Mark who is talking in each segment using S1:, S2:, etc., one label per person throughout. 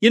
S1: You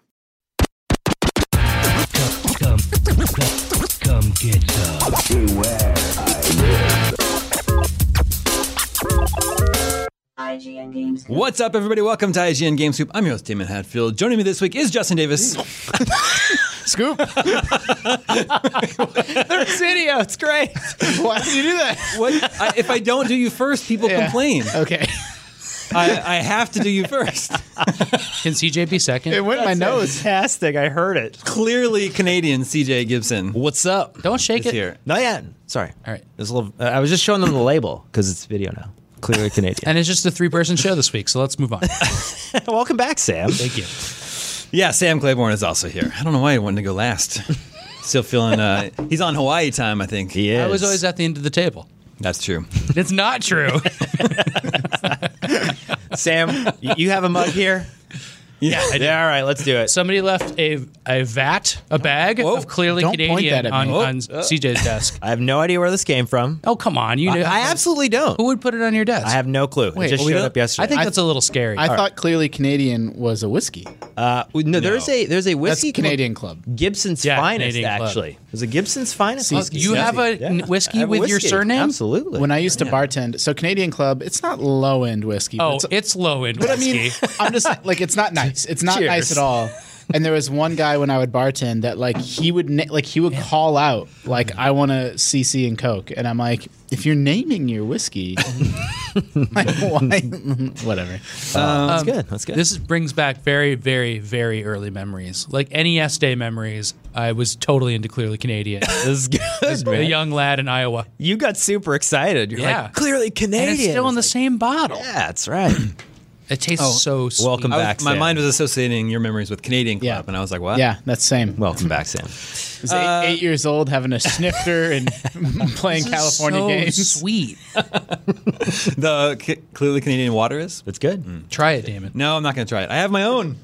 S2: Come, come, come get some.
S3: IGN Games.
S1: What's up, everybody? Welcome to IGN Game Scoop. I'm your host, Damon Hatfield. Joining me this week is Justin Davis.
S4: Scoop. They're video. It's great. Why did you do that?
S1: What, I, if I don't do you first, people
S4: Yeah.
S1: complain.
S4: Okay.
S1: I, I have to do you first.
S2: Can CJ be second?
S4: It went in my nose.
S5: Fantastic. I heard it.
S1: Clearly, Canadian CJ Gibson
S6: What's up?
S2: Don't shake
S1: is
S2: it.
S1: here.
S6: Not yet. Sorry.
S2: All right.
S6: There's a little. Uh, I was just showing them the label because it's video now. Clearly Canadian.
S2: And it's just a three-person show this week, so let's move on.
S6: Welcome back, Sam.
S2: Thank you.
S1: Yeah, Sam Claiborne is also here. I don't know why he wanted to go last. Still feeling, uh, he's on Hawaii time, I think.
S6: He is.
S2: I was always at the end of the table.
S1: That's true.
S2: It's not true.
S6: Sam. y- You have a mug here.
S1: Yeah. I
S6: Yeah. All right. Let's do it.
S2: Somebody left a a vat, a bag
S1: Whoa.
S2: of clearly
S4: Don't point
S2: Canadian
S4: that at
S2: on,
S4: me.
S2: on CJ's desk.
S6: I have no idea where this came from.
S2: Oh come on, you
S6: I,
S2: knew.
S6: I absolutely don't.
S2: Who would put it on your desk?
S6: I have no clue.
S2: Wait,
S6: it just
S2: we
S6: showed
S2: don't-
S6: up yesterday.
S2: I think that's a little scary.
S4: I thought clearly Canadian was a whiskey.
S6: uh, no, There's a there's a
S4: That's
S6: whiskey called
S4: Canadian Club.
S6: Gibson's
S2: Yeah,
S6: finest
S2: Canadian Club.
S6: actually. There's a Gibson's finest.
S4: Oh,
S6: whiskey.
S2: you have a n- whiskey
S6: I have a
S2: with your
S6: whiskey.
S2: surname?
S6: Absolutely.
S4: When I used to bartend, so Canadian Club, it's not low end whiskey. but
S2: oh,
S4: it's,
S2: it's, low end
S4: but I
S2: whiskey.
S4: mean, I'm just like it's not nice. It's not nice at all. And there was one guy when I would bartend that like he would na- like he would call out like I want a CC and Coke, and I'm like, if you're naming your whiskey, like, why? whatever.
S6: Uh,
S2: um,
S6: that's good. That's good.
S2: This is- brings back very, very, very early memories, like NES day memories. I was totally into clearly Canadian.
S6: This is good.
S2: a
S6: man.
S2: young lad in Iowa.
S6: You got super excited. You're
S2: Yeah.
S6: like clearly Canadian.
S2: And it's still in the same bottle.
S6: Yeah, that's right.
S2: It tastes so sweet. Oh,
S6: Welcome
S1: was-
S6: back.
S1: my
S6: Sam.
S1: mind was associating your memories with Canadian Club,
S4: Yeah.
S1: and I was like, what?
S4: Yeah, that's same.
S6: Welcome back, Sam.
S4: I was eight, eight years old having a snifter and playing
S2: Uh, This is
S4: California
S2: so
S4: games.
S2: Sweet.
S1: The c- clearly Canadian water is?
S6: That's good.
S2: Try it, Damon.
S1: No, I'm not going to try it. I have my own.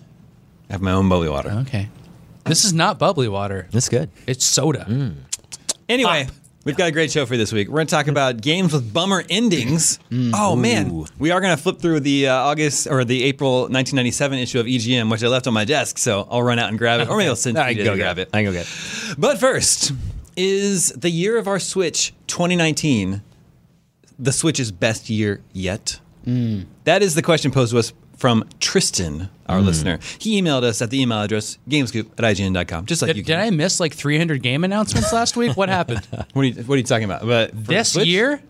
S1: I have my own bubbly water.
S4: Okay.
S2: This is not bubbly water.
S6: That's good.
S2: It's soda.
S1: Anyway, we've got a great show for you this week. We're going to talk about games with bummer endings. Oh man, we are going to flip through the uh, August or the April 1997 issue of EGM, which I left on my desk. So I'll run out and grab it, or maybe I'll send
S6: I
S1: you
S6: can
S1: to
S6: go
S1: grab it.
S6: I can go get it.
S1: But first is the year of our Switch 2019. The Switch's best year yet. That is the question posed to us from Tristan, our listener. He emailed us at the email address gamescoop at ign.com, just like
S2: Did,
S1: you
S2: did
S1: can.
S2: I miss like 300 game announcements last week? What happened?
S1: what, are you, what are you talking about? But for
S2: this
S1: Switch?
S2: year?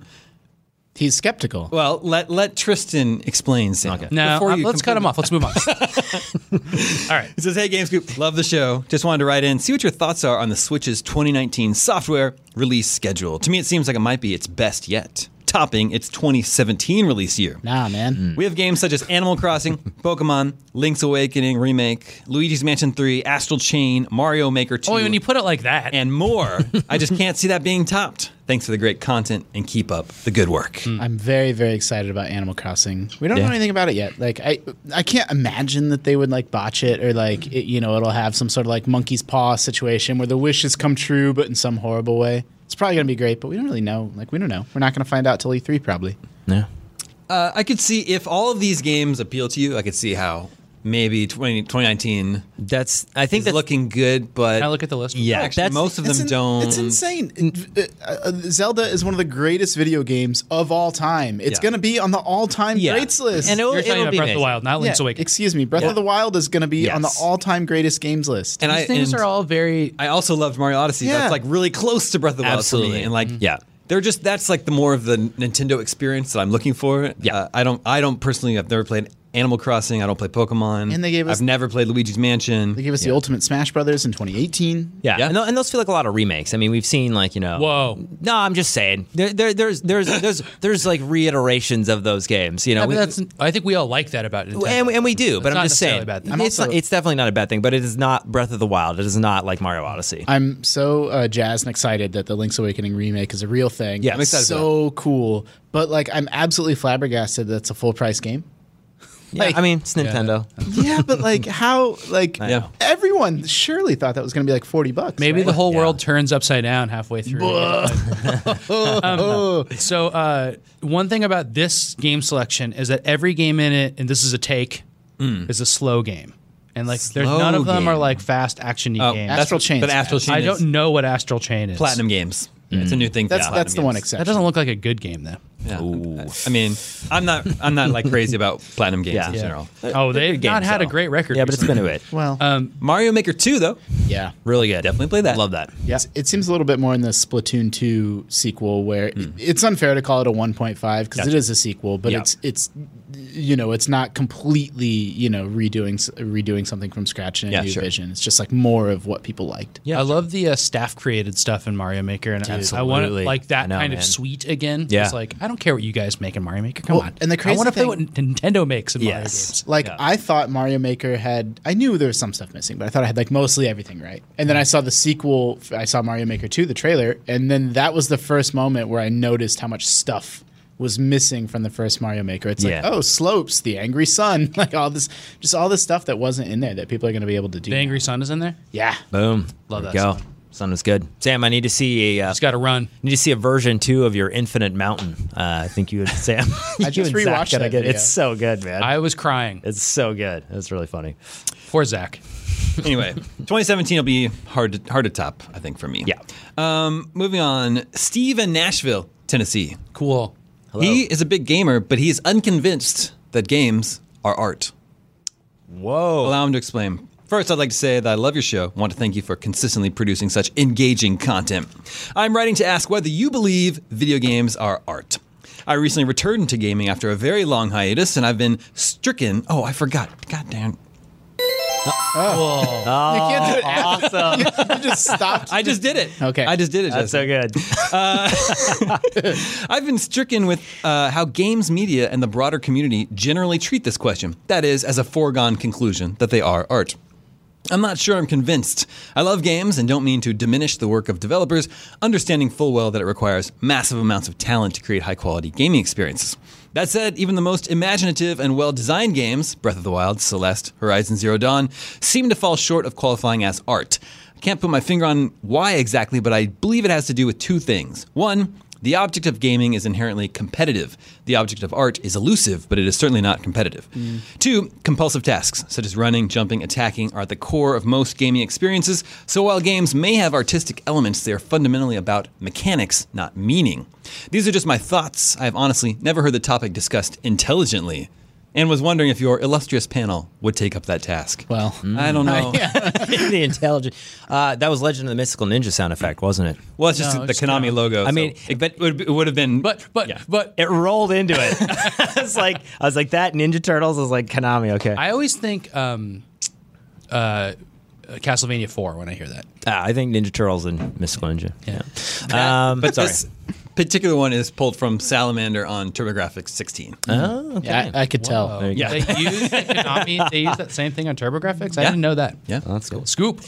S4: He's skeptical.
S1: Well, let let Tristan explain, Sam.
S2: No,
S1: Before
S2: uh,
S1: you
S2: let's cut
S1: completely-
S2: him off. Let's move on.
S1: He says, "Hey, GameScoop, love the show. Just wanted to write in, see what your thoughts are on the Switch's 2019 software release schedule. To me, it seems like it might be its best yet, topping its 2017 release year.
S4: Nah, man.
S1: We have games such as Animal Crossing, Pokemon, Link's Awakening remake, Luigi's Mansion 3, Astral Chain, Mario Maker 2,
S2: Oh, when you put it like that,
S1: and more. I just can't see that being topped. Thanks for the great content and keep up the good work.
S4: I'm very, very excited about Animal Crossing. We don't
S1: Yeah.
S4: know anything about it yet. Like, I, I can't imagine that they would like botch it or like, it, you know, it'll have some sort of like monkey's paw situation where the wishes come true, but in some horrible way. It's probably gonna be great, but we don't really know. Like, we don't know. We're not gonna find out till E3 probably.
S6: Yeah.
S1: Uh, I could see if all of these games appeal to you, I could see how maybe 20, 2019
S6: That's. I think
S1: is
S6: that's.
S1: looking good, but
S2: Can I look at the list.
S1: Yeah,
S6: Actually,
S1: that's, most of them
S4: It's in-
S1: don't.
S4: It's insane. Uh, uh, Zelda is one of the greatest video games of all time. It's
S1: Yeah.
S4: gonna be on the all-time
S6: Yeah.
S4: greats list.
S6: And it'll,
S2: You're talking
S6: it'll
S2: about
S6: be
S2: Breath of the
S6: amazing.
S2: Wild, not Link's
S4: Yeah,
S2: Awakening.
S4: excuse me. Breath of the Wild is going to be on the
S1: Yes.
S4: all-time greatest games list.
S1: And
S6: These
S1: I
S6: things
S1: and
S6: are all very.
S1: I also loved Mario Odyssey.
S4: Yeah. Mm-hmm.
S1: That's like really close to Breath of the Wild for
S6: Absolutely.
S1: me. And
S2: Mm.
S1: like, yeah, they're just that's like the more of the Nintendo experience that I'm looking for.
S6: Yeah.
S1: Uh, I don't. I don't personally. I've never played Animal Crossing. I don't play Pokemon.
S4: And they gave us-
S1: I've never played Luigi's Mansion.
S4: they gave us the Ultimate Smash Brothers in 2018.
S6: Yeah.
S1: Yeah.
S6: And, tho- and those feel like a lot of remakes. I mean, we've seen like you know.
S2: Whoa.
S6: No, I'm just saying. There, there, there's, there's, there's, there's like reiterations of those games. You know,
S2: I, mean,
S6: We-
S2: that's, I think we all like that about Nintendo.
S6: and, and we do, but
S2: It's
S6: I'm
S2: not
S6: just
S2: necessarily
S6: saying.
S2: a bad thing.
S6: it's, not- it's definitely not a bad thing, but it is not Breath of the Wild. It is not like Mario Odyssey.
S4: I'm so uh, jazzed and excited that the Link's Awakening remake is a real thing.
S1: Yeah, I'm excited for
S4: So cool. But like, I'm absolutely flabbergasted that's a full-price game.
S6: Yeah, I mean, it's Nintendo.
S4: yeah, but like, how? Like,
S1: Yeah.
S4: everyone surely thought that was going to be like 40 bucks.
S2: Maybe
S4: right?
S2: the whole world turns upside down halfway through. Um, so uh, one thing about this game selection is that every game in it, and this is a take, is a slow game, and like there's
S1: Slow
S2: none of them are
S1: game.
S2: like fast actiony games.
S1: Oh, that's-
S4: Astral Chain's
S1: But Astral Chain.
S2: I
S1: is
S2: don't know what Astral Chain is.
S1: Platinum games. It's a new thing. for
S4: Mm-hmm. that's
S1: Platinum
S4: that's the one
S1: games.
S4: exception.
S2: That doesn't look like a good game though.
S1: Yeah. I mean, I'm not. I'm not like crazy about platinum games
S6: Yeah.
S1: in
S6: Yeah.
S1: general.
S2: Oh, they've
S6: games,
S2: not had a
S6: though.
S2: great record.
S6: Yeah, but it's been a bit.
S4: well,
S1: Mario Maker 2 though,
S4: yeah.
S1: really good. Definitely play that.
S6: Love that.
S4: Yeah. It seems a little bit more in the Splatoon 2 sequel where it's unfair to call it a 1.5 because it is a sequel, but
S1: Hmm. Yeah.
S4: it's it's you know, it's not completely, you know, redoing s- redoing something from scratch in a
S1: Yeah,
S4: new
S1: sure.
S4: vision. It's just like more of what people liked.
S2: I love the uh, staff created stuff in Mario Maker, and I want it
S6: Absolutely.
S2: like that
S6: I know,
S2: kind of
S6: man.
S2: sweet again.
S6: Yeah.
S2: It's like I don't care what you guys make in Mario Maker. Come
S4: Well,
S2: on,
S4: and the
S2: I
S4: crazy
S2: want to play
S4: thing-
S2: what Nintendo makes in Mario
S6: Yes.
S2: games.
S4: Like I thought Mario Maker had I knew there was some stuff missing, but I thought I had like mostly everything right. And then I saw the sequel, I saw Mario Maker 2 the trailer, and then that was the first moment where I noticed how much stuff was missing from the first Mario Maker. It's
S6: Yeah.
S4: like, oh, slopes, the angry sun, like all this just all this stuff that wasn't in there that people are going to be able to do.
S2: The Angry Sun is in there.
S4: yeah.
S6: Boom.
S2: Love
S6: There
S2: that
S6: we Go.
S2: song.
S6: Sun was good. Sam, I need to see a. Uh,
S2: It's got to run.
S6: need to see a version two of your Infinite Mountain. Uh, I think you and Sam.
S4: I just
S6: you and Zach
S4: rewatched
S6: gotta
S4: that
S6: get-
S4: video.
S6: It's so good, man.
S2: I was crying
S6: it's so good. It's really funny.
S2: for Zach.
S1: anyway, 2017 will be hard to, hard to top, I think, for me.
S6: Yeah.
S1: Um, moving on, Steve in Nashville, Tennessee.
S2: Cool.
S1: He is a big gamer, but he is unconvinced that games are art.
S6: Whoa.
S1: Allow him to explain. First, I'd like to say that I love your show. Want to thank you for consistently producing such engaging content. I'm writing to ask whether you believe video games are art. I recently returned to gaming after a very long hiatus, and I've been stricken. Oh, I forgot. God damn.
S4: you can't do it after- you just stopped.
S1: I just did it.
S4: Okay.
S1: I just did it.
S6: That's
S1: Justin.
S6: so good.
S1: I've been stricken with uh, how games media and the broader community generally treat this question. That is, as a foregone conclusion that they are art. I'm not sure I'm convinced. I love games and don't mean to diminish the work of developers, understanding full well that it requires massive amounts of talent to create high quality gaming experiences. That said, even the most imaginative and well designed games, Breath of the Wild, Celeste, Horizon Zero Dawn, seem to fall short of qualifying as art. I can't put my finger on why exactly, but I believe it has to do with two things. One, the object of gaming is inherently competitive. The object of art is elusive, but it is certainly not competitive. Two, compulsive tasks, such as running, jumping, attacking, are at the core of most gaming experiences. So while games may have artistic elements, they are fundamentally about mechanics, not meaning. These are just my thoughts. I have honestly never heard the topic discussed intelligently.
S7: and was wondering if your illustrious panel would take up that task.
S4: Well,
S7: I don't know.
S6: the intelligent. Uh, that was Legend of the Mystical Ninja sound effect, wasn't it?
S7: Well, it's just
S2: No,
S7: the
S2: it's
S7: Konami logo.
S6: I mean,
S7: so it,
S6: but-
S7: would, it would have been.
S2: But but
S7: Yeah.
S2: but
S6: It rolled into it. it's like I was like that Ninja Turtles. I was like Konami. Okay, I,
S2: I always think um, uh, Castlevania Four when I hear that.
S6: Uh, I think Ninja Turtles and Mystical Ninja. Yeah, um,
S7: but
S6: sorry.
S7: this particular one is pulled from Salamander on TurboGrafx 16.
S6: oh, okay.
S4: yeah, I, I could tell.
S6: There you
S7: Yeah.
S2: They use Konami. They use that same thing on TurboGrafx. I
S7: Yeah.
S2: didn't know that.
S7: yeah.
S6: go. That's cool.
S2: Scoop.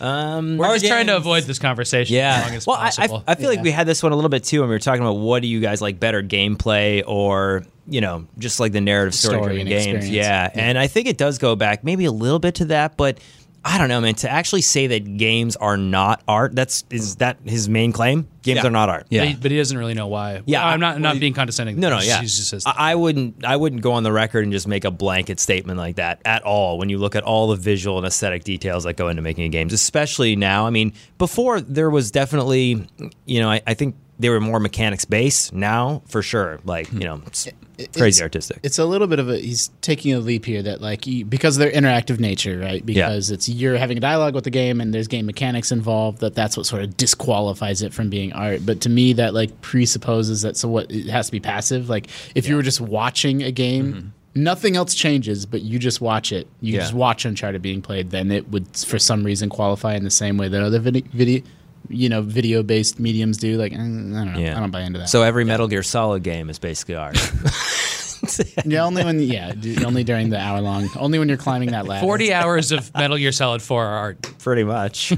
S6: Um,
S2: We're just
S7: Our
S2: trying to
S7: games.
S2: avoid this conversation as long
S6: yeah.
S2: as
S6: Well, I,
S2: possible.
S6: I, I feel like we had this one a little bit too when we were talking about what do you guys like better, gameplay or you know just like the narrative
S4: Story
S6: story, driven
S4: and
S6: games.
S4: experience.
S6: Yeah. and I think it does go back maybe a little bit to that, but I don't know, man. To actually say that games are not art, that's is that his main claim? Games
S7: Yeah.
S6: are not art.
S7: Yeah.
S2: but, he, but he doesn't really know why.
S6: Yeah,
S2: I'm not. I'm
S6: well,
S2: not being condescending.
S6: No, no,
S2: He
S6: yeah.
S2: just- he just says that.
S6: I, I wouldn't. I wouldn't go on the record and just make a blanket statement like that at all. When you look at all the visual and aesthetic details that go into making a games, especially now. I mean, before there was definitely, you know, I, I think they were more mechanics based. Now, for sure, like you know, it's crazy
S4: Hmm. it's-
S6: artistic.
S4: It's a little bit of a he's taking a leap here that like you, because of their interactive nature, right? Because it's you're having a dialogue with the game and there's game mechanics involved that that's what sort of disqualifies it from being art. But to me that like presupposes that so what it has to be passive. Like if you were just watching a game, nothing else changes, but you just watch it. You
S7: Yeah.
S4: just watch Uncharted being played, then it would for some reason qualify in the same way that other video, video you know, video based mediums do. Like mm, I don't know. I don't buy into that.
S6: So every Metal Gear Solid game is basically art.
S4: Yeah, only when yeah, d- only during the hour long. Only when you're climbing that ladder.
S2: Forty hours of Metal Gear Solid Four are art.
S6: Pretty much.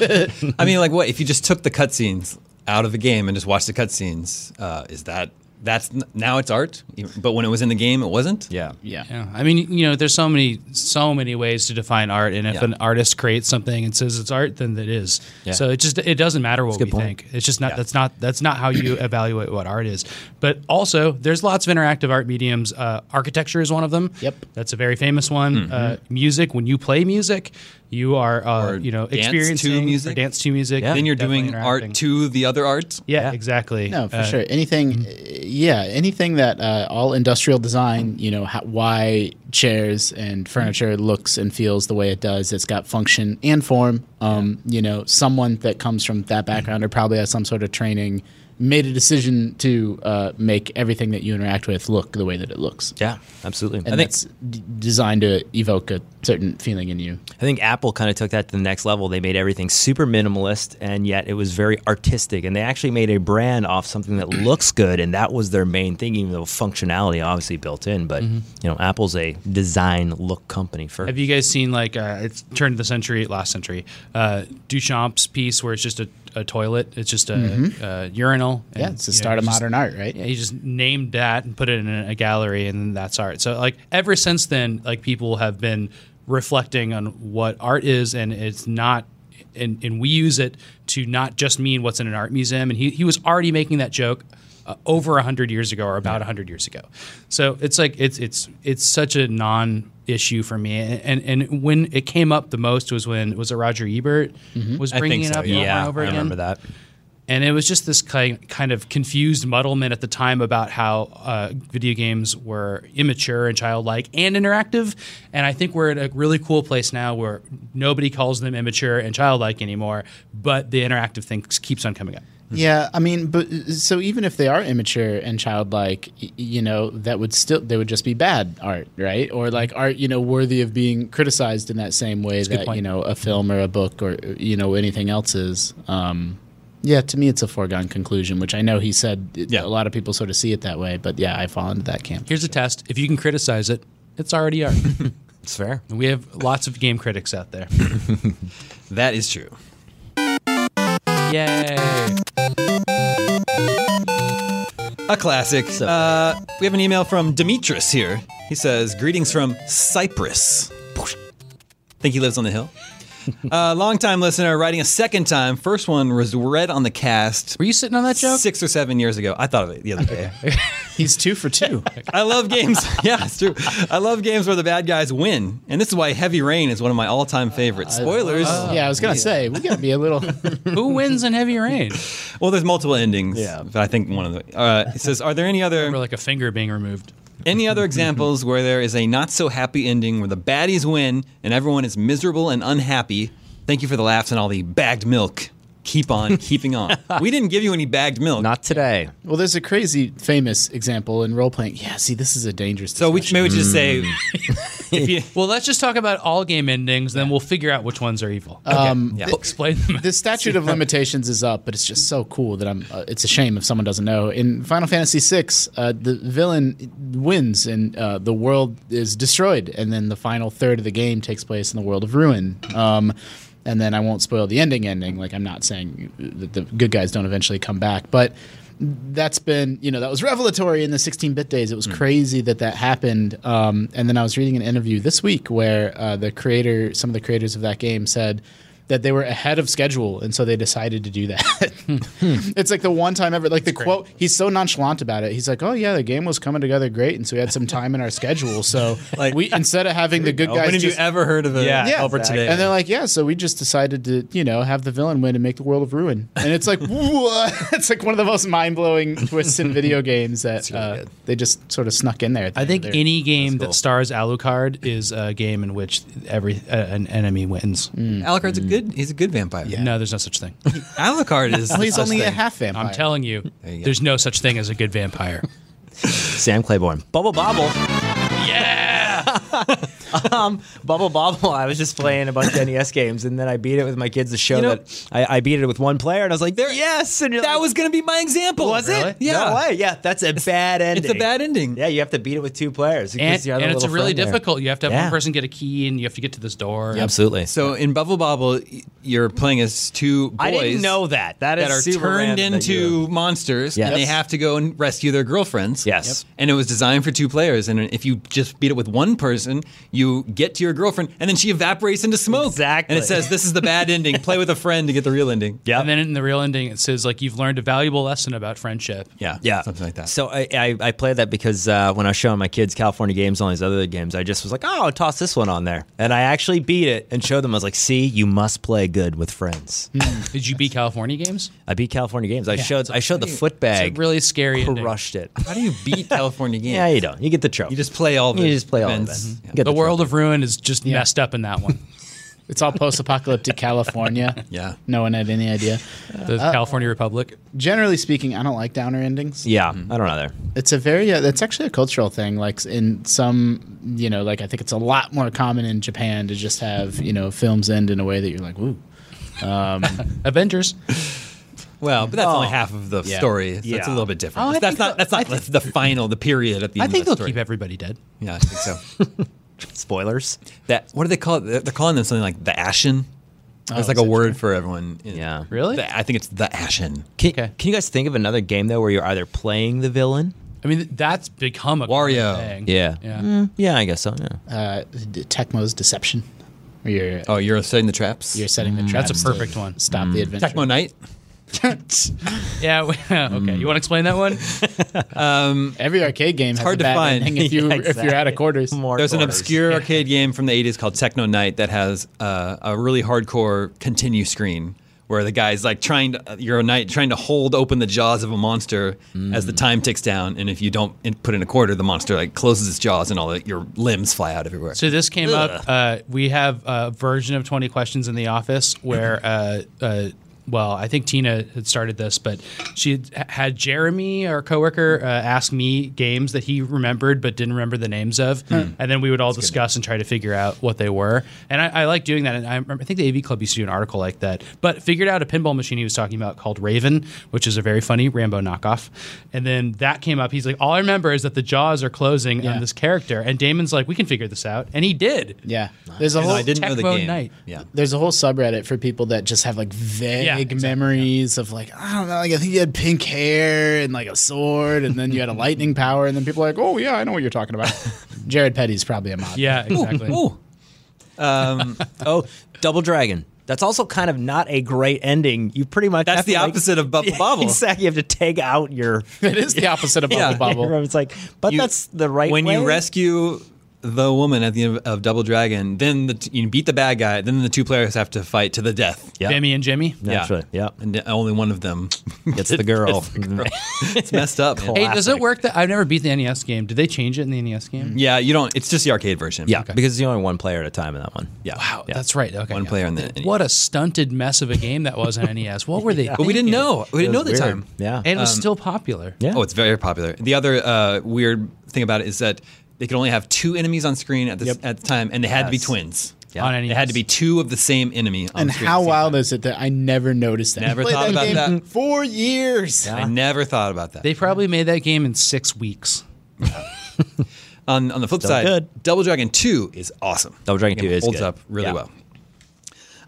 S7: I mean, like, what if you just took the cutscenes out of the game and just watched the cutscenes? Uh, is that that's n- now it's art? e, But when it was in the game, it wasn't.
S6: Yeah.
S4: Yeah.
S2: Yeah, I mean, you know, there's so many, so many ways to define art, and if
S7: Yeah.
S2: an artist creates something and says it's art, then it is. So it just it doesn't matter what we think. It's just not that's not that's not how you evaluate what art is. But also, there's lots of interactive art mediums. Uh, architecture is one of them.
S4: Yep.
S2: that's a very famous one.
S7: Mm-hmm.
S2: Uh, music, when you play music, you are uh,
S7: Or
S2: you know
S7: dance to
S2: experiencing or
S7: music.
S2: dance to music.
S7: Then you're
S2: definitely
S7: doing
S2: interacting.
S7: art to the other art.
S2: Yeah, exactly.
S4: No, for
S2: Uh,
S4: sure. Anything, uh, yeah, anything that uh, all industrial design, you know, how, why chairs and furniture
S2: Mm-hmm.
S4: looks and feels the way it does. It's got function and form. Um, You know, someone that comes from that
S2: Mm-hmm.
S4: background or probably has some sort of training made a decision to uh, make everything that you interact with look the way that it looks.
S6: Yeah. Absolutely.
S4: And that's d- designed to evoke a certain feeling in you.
S6: I think Apple kind of took that to the next level. They made everything super minimalist, and yet it was very artistic. And they actually made a brand off something that looks good, and that was their main thing. Even though functionality obviously built in, but you know, Apple's a design look company first.
S2: Have you guys seen like uh, it's turn of the century, last century, uh, Duchamp's piece where it's just a, a toilet, it's just a, uh urinal.
S4: Mm-hmm. Yeah,
S2: and,
S4: it's the
S2: you know,
S4: start
S2: he
S4: of
S2: just-
S4: modern art, right?
S2: Yeah, he just named that and put it in a gallery, and then that's art. So like ever since then, like people have been reflecting on what art is, and it's not. And, and we use it to not just mean what's in an art museum. And he, he was already making that joke uh, over 100 years ago or about 100 years ago. So it's like it's it's it's such a non-issue for me. And and when it came up the most was when was it Roger Ebert was
S7: I
S2: bringing
S7: think
S2: it
S7: so,
S2: up
S7: yeah.
S2: over
S6: yeah,
S2: and over
S6: I
S2: again.
S6: remember that.
S2: And it was just this kind kind of confused muddlement at the time about how uh, video games were immature and childlike and interactive. And I think we're at a really cool place now where nobody calls them immature and childlike anymore, but the interactive thing keeps on coming up.
S4: Yeah, I mean, but so even if they are immature and childlike, y- you know, that would still they would just be bad art, right? Or like art, you know, worthy of being criticized in that same way
S2: good
S4: that
S2: point.
S4: you know a film or a book or you know anything else is. Um, yeah, to me, it's a foregone conclusion, which I know he said. It,
S7: Yeah.
S4: a lot of people sort of see it that way, but yeah, I fall into that camp.
S2: Here's a test: if you can criticize it, it's already art.
S6: It's fair.
S2: we have lots of game critics out there.
S7: That is true.
S2: Yay!
S7: A classic.
S6: So-
S7: Uh, we have an email from Demetrius here. He says, Greetings from Cyprus. Think he lives on the hill? uh, long time listener, writing a second time. First one was read on the cast
S2: Were you sitting on that joke?
S7: six or seven years ago. I thought of it the other day.
S4: He's two for two.
S7: I love games. yeah, it's true. I love games where the bad guys win. And this is why Heavy Rain is one of my all time favorites. Spoilers.
S4: yeah, I was gonna say we gotta be a little.
S2: Who wins in Heavy Rain?
S7: Well, there's multiple endings.
S6: Yeah.
S7: But I think one of the. Uh, it says, Are there any other.
S2: Or like a finger being removed.
S1: Any other examples where there is a not so happy ending where the baddies win and everyone is miserable and unhappy? Thank you for the laughs and all the bagged milk. Keep on keeping on. we didn't give you any bagged milk.
S6: Not today.
S4: Well, there's a crazy famous example in role playing. Yeah, see, this is a dangerous.
S1: so we, maybe we should just say if you,
S2: Well, let's just talk about all game endings, then we'll figure out which ones are evil.
S1: um, yeah.
S2: Explain them.
S4: the statute of limitations is up, but it's just so cool that I'm. Uh, it's a shame if someone doesn't know. In Final Fantasy VI, uh, the villain wins and uh, the world is destroyed, and then the final third of the game takes place in the world of ruin. Um, and then I won't spoil the ending. Ending like I'm not saying that the good guys don't eventually come back, but that's been you know that was revelatory in the 16-bit days it
S1: Hmm.
S4: was crazy that that happened um, and then i was reading an interview this week where uh, the creator some of the creators of that game said that they were ahead of schedule and so they decided to do that
S1: Hmm.
S4: it's like the one time ever like the quote he's so nonchalant about it he's like oh yeah the game was coming together great and so we had some time in our schedule so
S1: Like-
S4: like we instead of having the good guys
S1: Oh, when have you
S4: just-
S1: ever heard of a
S6: Yeah.
S1: yeah,
S6: Yeah.
S1: over today?
S4: and they're like, yeah, so we just decided to, you know, have the villain win and make the world of ruin. And it's like, what? It's like one of the most mind blowing twists in video games that uh, they just sort of snuck in there. at the
S2: I
S4: end
S2: think
S4: of their-
S2: any game that stars Alucard is a game in which every uh, an enemy wins.
S1: Alucard's a good. He's a good vampire.
S2: No, there's no such thing.
S1: Alucard is.
S4: Well, he's
S1: such
S4: only a
S1: thing.
S4: half vampire.
S2: I'm telling you,
S1: go.
S2: there's no such thing as a good vampire.
S6: Sam Claiborne. Bubble Bobble.
S2: yeah.
S6: Um, Bubble Bobble. I was just playing a bunch of NES games, and then I beat it with my kids to show
S1: You know-
S6: that I, I beat it with one player, and I was like, "There, yes!" And you're
S1: That
S6: like,
S1: was going to be my example.
S6: was it?
S1: Yeah.
S6: Oh, No way. Yeah, that's a bad ending.
S1: It's a bad ending.
S6: Yeah, you have to beat it with two players.
S2: And,
S6: because the other
S2: and it's
S6: little
S2: really
S6: friend there-
S2: difficult. You have to have
S6: Yeah.
S2: one person get a key, and you have to get to this door.
S6: Absolutely.
S1: So in Bubble Bobble, y- you're playing as two boys
S6: I didn't know that.
S1: that
S6: is
S1: are
S6: super
S1: turned
S6: random that you-
S1: into monsters,
S6: Yes.
S1: and they have to go and rescue their girlfriends.
S6: Yes.
S1: and it was designed for two players. And if you just beat it with one person, you get to your girlfriend, and then she evaporates into smoke.
S6: Exactly.
S1: And it says this is the bad ending. Play with a friend to get the real ending.
S6: Yep.
S2: And then in the real ending, it says like you've learned a valuable lesson about friendship.
S1: yeah,
S6: Yeah,
S1: something like that.
S6: So I, I, I played that because uh, when I was showing my kids California games and all these other games, I just was like, oh, I'll toss this one on there, and I actually beat it and showed them. I was like, see, you must play good with friends.
S1: Hmm.
S2: Did you beat California games?
S6: I beat California games. I showed I showed the foot
S2: It's
S6: bag,
S2: a really scary. ending.
S6: crushed it.
S1: how do you beat California Games?
S6: Yeah, you don't. You get the trophy.
S1: You just play all. The
S6: You just play all of it.
S1: events. Mm-hmm. Yeah.
S6: Get
S2: The world
S6: trophy.
S2: of ruin is just messed up in that one.
S4: It's all post apocalyptic California.
S1: Yeah.
S4: No one had any idea.
S2: The California Republic.
S4: Generally speaking, I don't like downer endings.
S6: Yeah,
S1: Mm-hmm.
S6: I don't know there.
S4: It's a very, uh, it's actually a cultural thing. Like in some, you know, like I think it's a lot more common in Japan to just have, you know, films end in a way that you're like, ooh.
S2: Avengers.
S1: Well, but that's only
S6: Oh.
S1: half of the story. So
S6: Yeah.
S1: It's a little bit different.
S2: Oh, I
S1: that's
S2: think
S1: not.
S2: they'll-
S1: That's not the, the final. The period at the
S2: I
S1: end.
S2: think
S1: of the
S2: they'll
S1: story.
S2: keep everybody dead.
S1: Yeah, I think so.
S6: Spoilers.
S1: that what do they call it? They're they're calling them something like the ashen. There's like a word for everyone. in-
S6: Yeah.
S2: Really?
S1: The- I think it's the ashen.
S6: Can,
S2: Okay.
S6: can you guys think of another game though where you're either playing the villain?
S2: I mean, that's become a common
S1: Wario.
S2: Thing.
S6: Yeah.
S2: Yeah.
S6: Yeah, I guess so. Yeah.
S4: uh, D- Tecmo's Deception. Where you're
S1: Oh, you're setting the traps.
S4: you're setting the traps.
S2: That's a
S4: to
S2: perfect one.
S4: Stop the adventure.
S1: Tecmo Knight.
S2: Yeah. we- okay. You want to explain that one?
S4: Every arcade game has
S1: hard
S4: a
S1: to
S4: bad
S1: find.
S4: ending if you
S6: Yeah,
S4: if you're out
S6: exactly.
S4: of quarters.
S6: More
S1: There's an
S6: corners.
S1: obscure arcade game from the 80s called Techno Knight that has uh, a really hardcore continue screen where the guy's like trying to, uh, you're a knight trying to hold open the jaws of a monster as the time ticks down. And if you don't in- put in a quarter, the monster like closes its jaws and all the, your limbs fly out everywhere.
S2: So this came up. Uh, we have a version of 20 questions in the office where, uh, uh, well, I think Tina had started this, but she had- had Jeremy, our coworker, uh, ask me games that he remembered but didn't remember the names of, and then we would all discuss and try to figure out what they were. And I, I like doing that. And I, remember, I think the AV Club used to do an article like that, but figured out a pinball machine he was talking about called Raven, which is a very funny Rambo knockoff. And then that came up. He's like, all I remember is that the jaws are closing
S4: Yeah.
S2: on this character. And Damon's like, we can figure this out. And he did.
S4: Yeah, there's a
S1: No,
S4: whole
S1: I didn't know the
S2: Tecmo
S1: game.
S2: Knight.
S1: Yeah.
S4: there's a whole subreddit for people that just have like vague
S2: Yeah, exactly,
S4: memories of like I don't know, like I think you had pink hair and like a sword, and then you had a lightning power, and then people are like, oh yeah, I know what you're talking about. Jared Petty's probably a mod.
S2: Yeah, exactly.
S1: Ooh. Um,
S6: Oh, Double Dragon. That's also kind of not a great ending. You pretty much
S1: That's
S6: have to,
S1: the
S6: like-
S1: opposite of Bubble Bobble.
S6: Exactly. You have to take out your
S4: it is the opposite of Bubble
S1: Yeah.
S4: Bobble.
S6: It's like, but
S1: You-
S6: that's the right
S1: when
S6: way.
S1: you rescue
S7: the woman at the end of, of Double Dragon, then the t- you beat the bad guy, then the two players have to fight to the death.
S6: Yeah.
S2: Demi and Jimmy.
S6: That's right. Yeah.
S7: And only one of them.
S6: It's the girl.
S7: it's messed up. man.
S2: Hey, does it work that I've never beat the NES game? Did they change it in the NES
S1: Mm.
S2: game?
S7: Yeah, you don't. It's just the arcade version.
S6: yeah. Because it's only one player at a time in that one.
S7: Yeah.
S2: Wow, that's right. Okay,
S7: One
S2: yeah.
S7: player in the-
S2: What a stunted mess of a game that was on NES. What were they?
S7: But we
S2: thinking?
S7: didn't know. We didn't know
S6: It
S7: at the
S6: was weird.
S7: time.
S6: Yeah.
S2: and it was still popular.
S6: yeah.
S7: Oh, it's very popular. The other uh, weird thing about it is that they could only have two enemies on screen at the, s at the time, and they had to be twins.
S6: Yeah.
S2: On
S7: It
S2: NES.
S7: had to be two of the same enemy. On
S4: And
S7: screen
S4: how
S7: at the same
S4: wild
S7: time.
S4: is it that I never noticed that? I
S7: Never
S4: played
S7: thought about
S4: game
S7: that.
S4: Four years.
S7: I never thought about that.
S2: They probably made that game in six weeks.
S7: on, on the flip side,
S6: good.
S7: Double Dragon Two is awesome.
S6: Double Dragon
S7: Game
S6: 2 is
S7: holds
S6: good.
S7: up really
S6: Yeah.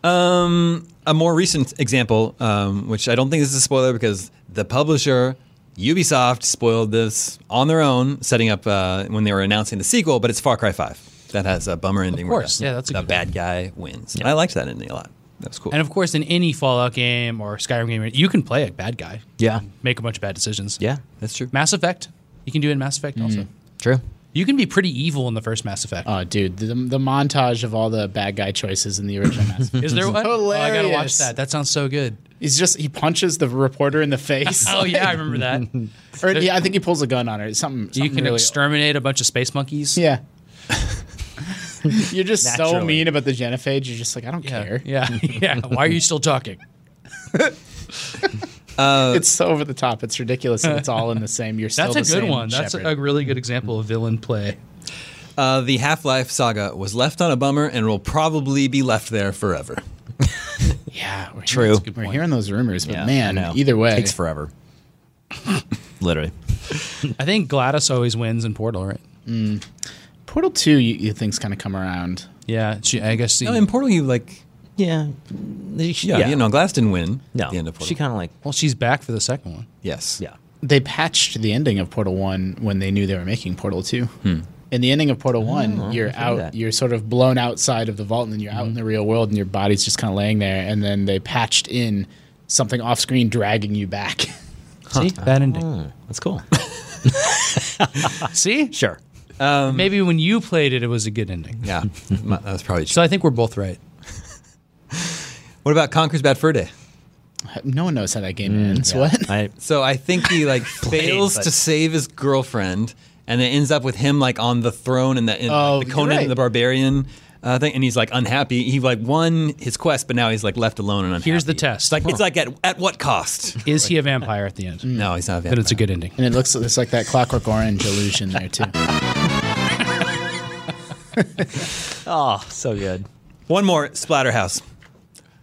S7: well. Um, a more recent example, um, which I don't think this is a spoiler because the publisher Ubisoft spoiled this on their own, setting up uh, when they were announcing the sequel. But it's Far Cry Five that has a bummer ending. where
S2: course. Yeah, that's a
S7: the
S2: good
S7: bad guy wins. I liked that ending a lot. That was cool.
S2: And of course, in any Fallout game or Skyrim game, you can play a bad guy.
S6: Yeah.
S2: Make a bunch of bad decisions.
S6: Yeah. Mm.
S7: that's true.
S2: Mass Effect. You can do it in Mass Effect also.
S6: True.
S2: You can be pretty evil in the first Mass Effect.
S6: Uh,
S4: Oh, dude, the, the montage of all the bad guy choices in the original Mass Effect.
S2: Is there one? Oh, I gotta watch
S4: Hilarious.
S2: that. That sounds so good.
S4: He's just he punches the reporter in the face.
S2: Oh yeah, I remember that.
S4: Or, yeah, I think he pulls a gun on her. Something.
S2: you
S4: something
S2: can
S4: really-
S2: exterminate a bunch of space monkeys.
S4: Yeah. You're just so
S6: Naturally.
S4: mean about the genophage. You're just like, I don't care.
S2: yeah, yeah. Why are you still talking?
S6: Uh,
S4: It's so over the top. It's ridiculous. And it's all in the same. You're still
S2: That's
S4: the
S2: a good
S4: same
S2: one. That's
S4: shepherd.
S2: a really good example of villain play.
S7: Uh, the Half Life saga was left on a bummer and will probably be left there forever.
S4: yeah. We're
S6: True.
S4: Hearing, we're hearing those rumors, but
S6: Yeah,
S4: man,
S6: I know.
S4: either way,
S6: Takes forever. Literally.
S2: I think Gladys always wins in Portal, right?
S4: Portal Two, you, you things kind of come around.
S2: Yeah, she, I guess. She,
S7: No, in Portal, you like
S6: Yeah.
S7: yeah, you know, Glass didn't win.
S6: No.
S7: at the end of Portal.
S6: She kind of like,
S2: well, she's back for the second one.
S7: yes,
S6: yeah.
S4: They patched the ending of Portal One when they knew they were making Portal Two. In the ending of Portal One, you're out.
S6: that.
S4: You're sort of blown outside of the vault, and then you're out in the real world, and your body's just kind of laying there. And then they patched in something off screen, dragging you back.
S2: See that ending.
S6: Hmm, That's cool.
S2: See,
S6: sure.
S2: maybe when you played it, it was a good ending.
S7: Um, yeah. My- That's probably true.
S2: So I think we're both right.
S7: What about Conker's Bad Fur Day?
S4: no one knows how that game ends. What?
S6: I,
S7: So I think he like fails
S6: but-
S7: to save his girlfriend, and it ends up with him like on the throne and the, in,
S4: Oh,
S7: the
S4: you're
S7: Conan
S4: right.
S7: the Barbarian uh, thing, and he's like unhappy. He like won his quest, but now he's like left alone and unhappy.
S2: Here's the test.
S7: It's like it's like at at what cost?
S2: Is he a vampire at the end? Then
S7: No, he's not. A
S2: it's a good ending.
S4: And it looks it's like that Clockwork Orange illusion there too.
S6: oh, so good.
S7: One more Splatterhouse.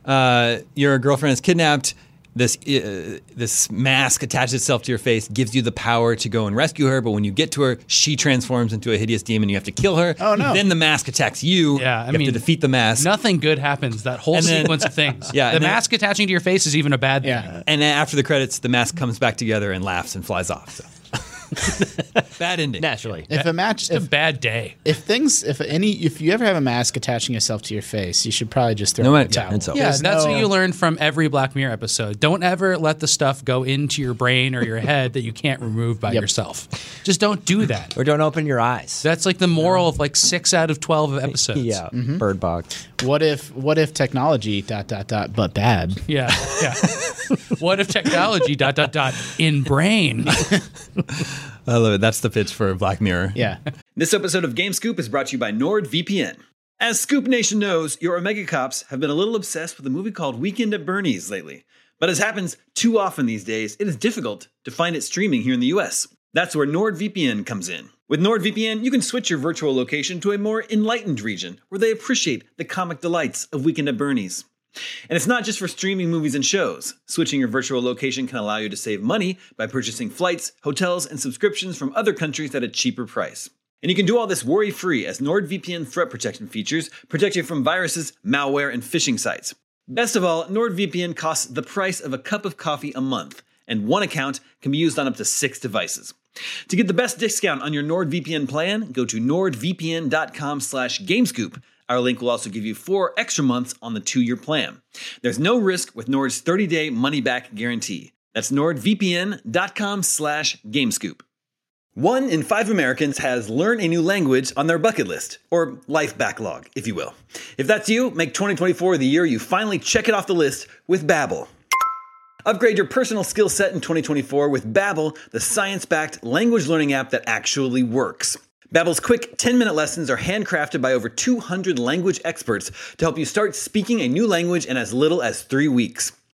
S7: Uh, your girlfriend is kidnapped. This uh, this mask attaches itself to your face, gives you the power to go and rescue her. But when you get to her, she transforms into a hideous demon. You have to kill her. Oh
S4: no.
S7: Then the mask attacks you.
S2: Yeah, I
S7: you
S2: mean,
S7: have to defeat the mask.
S2: Nothing good happens. That whole
S7: And then-
S2: sequence of things.
S7: Yeah,
S2: the
S7: and then-
S2: mask attaching to your face is even a bad thing.
S4: Yeah.
S7: And then after the credits, the mask comes back together and laughs and flies off. So. Bad ending.
S6: Naturally.
S4: If a match
S2: It's
S4: if,
S2: a bad day.
S4: if things if any if you ever have a mask attaching yourself to your face, you should probably just throw
S7: No,
S4: it in the
S7: yeah,
S4: towel.
S6: it's over.
S2: Yeah,
S4: There's
S2: that's
S4: no-
S2: what you learn from every Black Mirror episode. Don't ever let the stuff go into your brain or your head that you can't remove by
S4: Yep.
S2: yourself. Just don't do that.
S6: Or don't open your eyes.
S2: That's like the moral of like six out of twelve of episodes.
S6: yeah. Bird box.
S4: What if what if technology dot dot dot but bad?
S2: yeah, yeah. what if technology dot dot dot in brain?
S7: I love it. That's the pitch for Black Mirror.
S4: Yeah.
S7: This episode of Game Scoop is brought to you by NordVPN. As Scoop Nation knows, your Omega Cops have been a little obsessed with a movie called Weekend at Bernie's lately. But as happens too often these days, it is difficult to find it streaming here in the US. That's where NordVPN comes in. With NordVPN, you can switch your virtual location to a more enlightened region where they appreciate the comic delights of Weekend at Bernie's. And it's not just for streaming movies and shows. Switching your virtual location can allow you to save money by purchasing flights, hotels, and subscriptions from other countries at a cheaper price. And you can do all this worry free as NordVPN threat protection features protect you from viruses, malware, and phishing sites. Best of all, NordVPN costs the price of a cup of coffee a month, and one account can be used on up to six devices. To get the best discount on your NordVPN plan, go to nordvpn.com slash gamescoop. Our link will also give you four extra months on the two-year plan. There's no risk with Nord's 30-day money-back guarantee. That's nordvpn.com slash gamescoop. One in five Americans has learn a new language on their bucket list, or life backlog, if you will. If that's you, make 2024 the year you finally check it off the list with Babbel. Upgrade your personal skill set in 2024 with Babbel, the science-backed language learning app that actually works. Babbel's quick 10-minute lessons are handcrafted by over 200 language experts to help you start speaking a new language in as little as 3 weeks.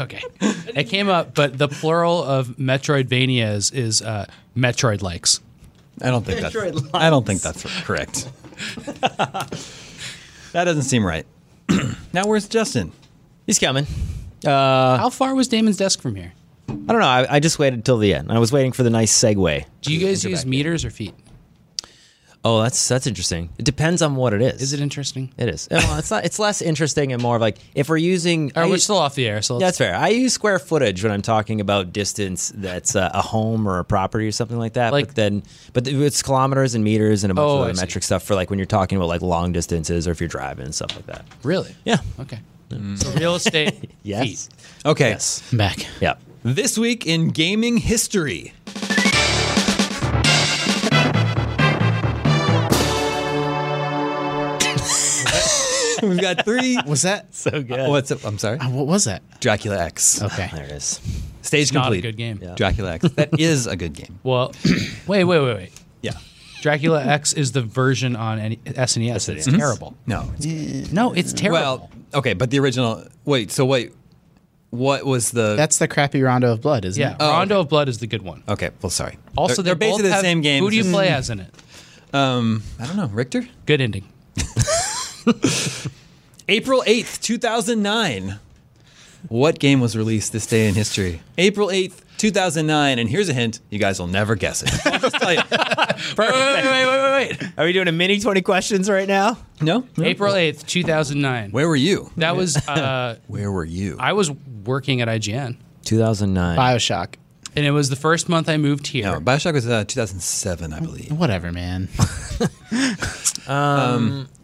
S2: Okay. It came up, but the plural of Metroidvanias is uh, Metroid likes.
S7: I don't think that's. I don't think that's correct. that doesn't seem right. now where's Justin?
S6: He's coming. Uh.
S2: How far was Damon's desk from here?
S6: I don't know. I, I just waited till the end. I was waiting for the nice segue.
S2: Do you guys use meters or feet?
S6: Oh, that's that's interesting. It depends on what it is.
S2: Is it interesting?
S6: It is. Well, it's not. It's less interesting and more of like if we're using. I
S2: All right, we're
S6: use-
S2: still off the air, so let's,
S6: Yeah, that's fair. I use square footage when I'm talking about distance that's uh, a home or a property or something like that.
S2: Like-
S6: but then, but th- it's kilometers and meters and a bunch
S2: Oh,
S6: of
S2: I
S6: other
S2: see.
S6: metric stuff for like when you're talking about like long distances or if you're driving and stuff like that.
S2: Really?
S6: Yeah. Mm.
S2: Okay. So real estate.
S6: Yes.
S2: Feet.
S7: Okay.
S6: Yes.
S4: I'm back.
S6: Yeah.
S7: This week in gaming history. We've got three.
S4: Was that
S6: So good.
S7: What's up? I'm sorry.
S4: Uh, what was that?
S7: Dracula X.
S2: Oh.
S4: Okay.
S6: There it is.
S7: Stage
S2: Not
S7: complete.
S2: a good game.
S7: Dracula X. That is a good game.
S2: Well, wait, wait, wait, wait.
S7: Yeah.
S2: Dracula X is the version on any, SNES.
S6: E
S2: It's terrible.
S6: Mm-hmm.
S7: No. it's-
S2: No, it's terrible.
S7: Well, okay, but the original. Wait. So wait. What was the?
S4: That's the crappy Rondo of Blood, isn't
S2: yeah,
S6: oh.
S4: it?
S2: Rondo of Blood is the good one.
S7: okay. Well, sorry.
S2: Also,
S7: they're,
S2: they both
S7: basically the
S2: have-
S7: same game.
S2: Who do you
S7: just-
S2: play as in it?
S7: Um, I don't know. Richter.
S2: Good ending.
S7: April 8th, 2009. What game was released this day in history? April 8th, 2009. And here's a hint you guys will never guess it. I'll just tell you.
S2: Wait, wait, wait, wait, wait, wait.
S6: Are we doing a mini twenty questions right now?
S7: No? No?
S2: April eighth, two thousand nine.
S7: Where were you?
S2: That was uh,
S7: Where were you?
S2: I was working at IGN,
S6: Two thousand nine.
S4: Bioshock.
S2: and it was the first month I moved here.
S7: no, Bioshock was uh, 2007, I believe.
S4: Whatever, man.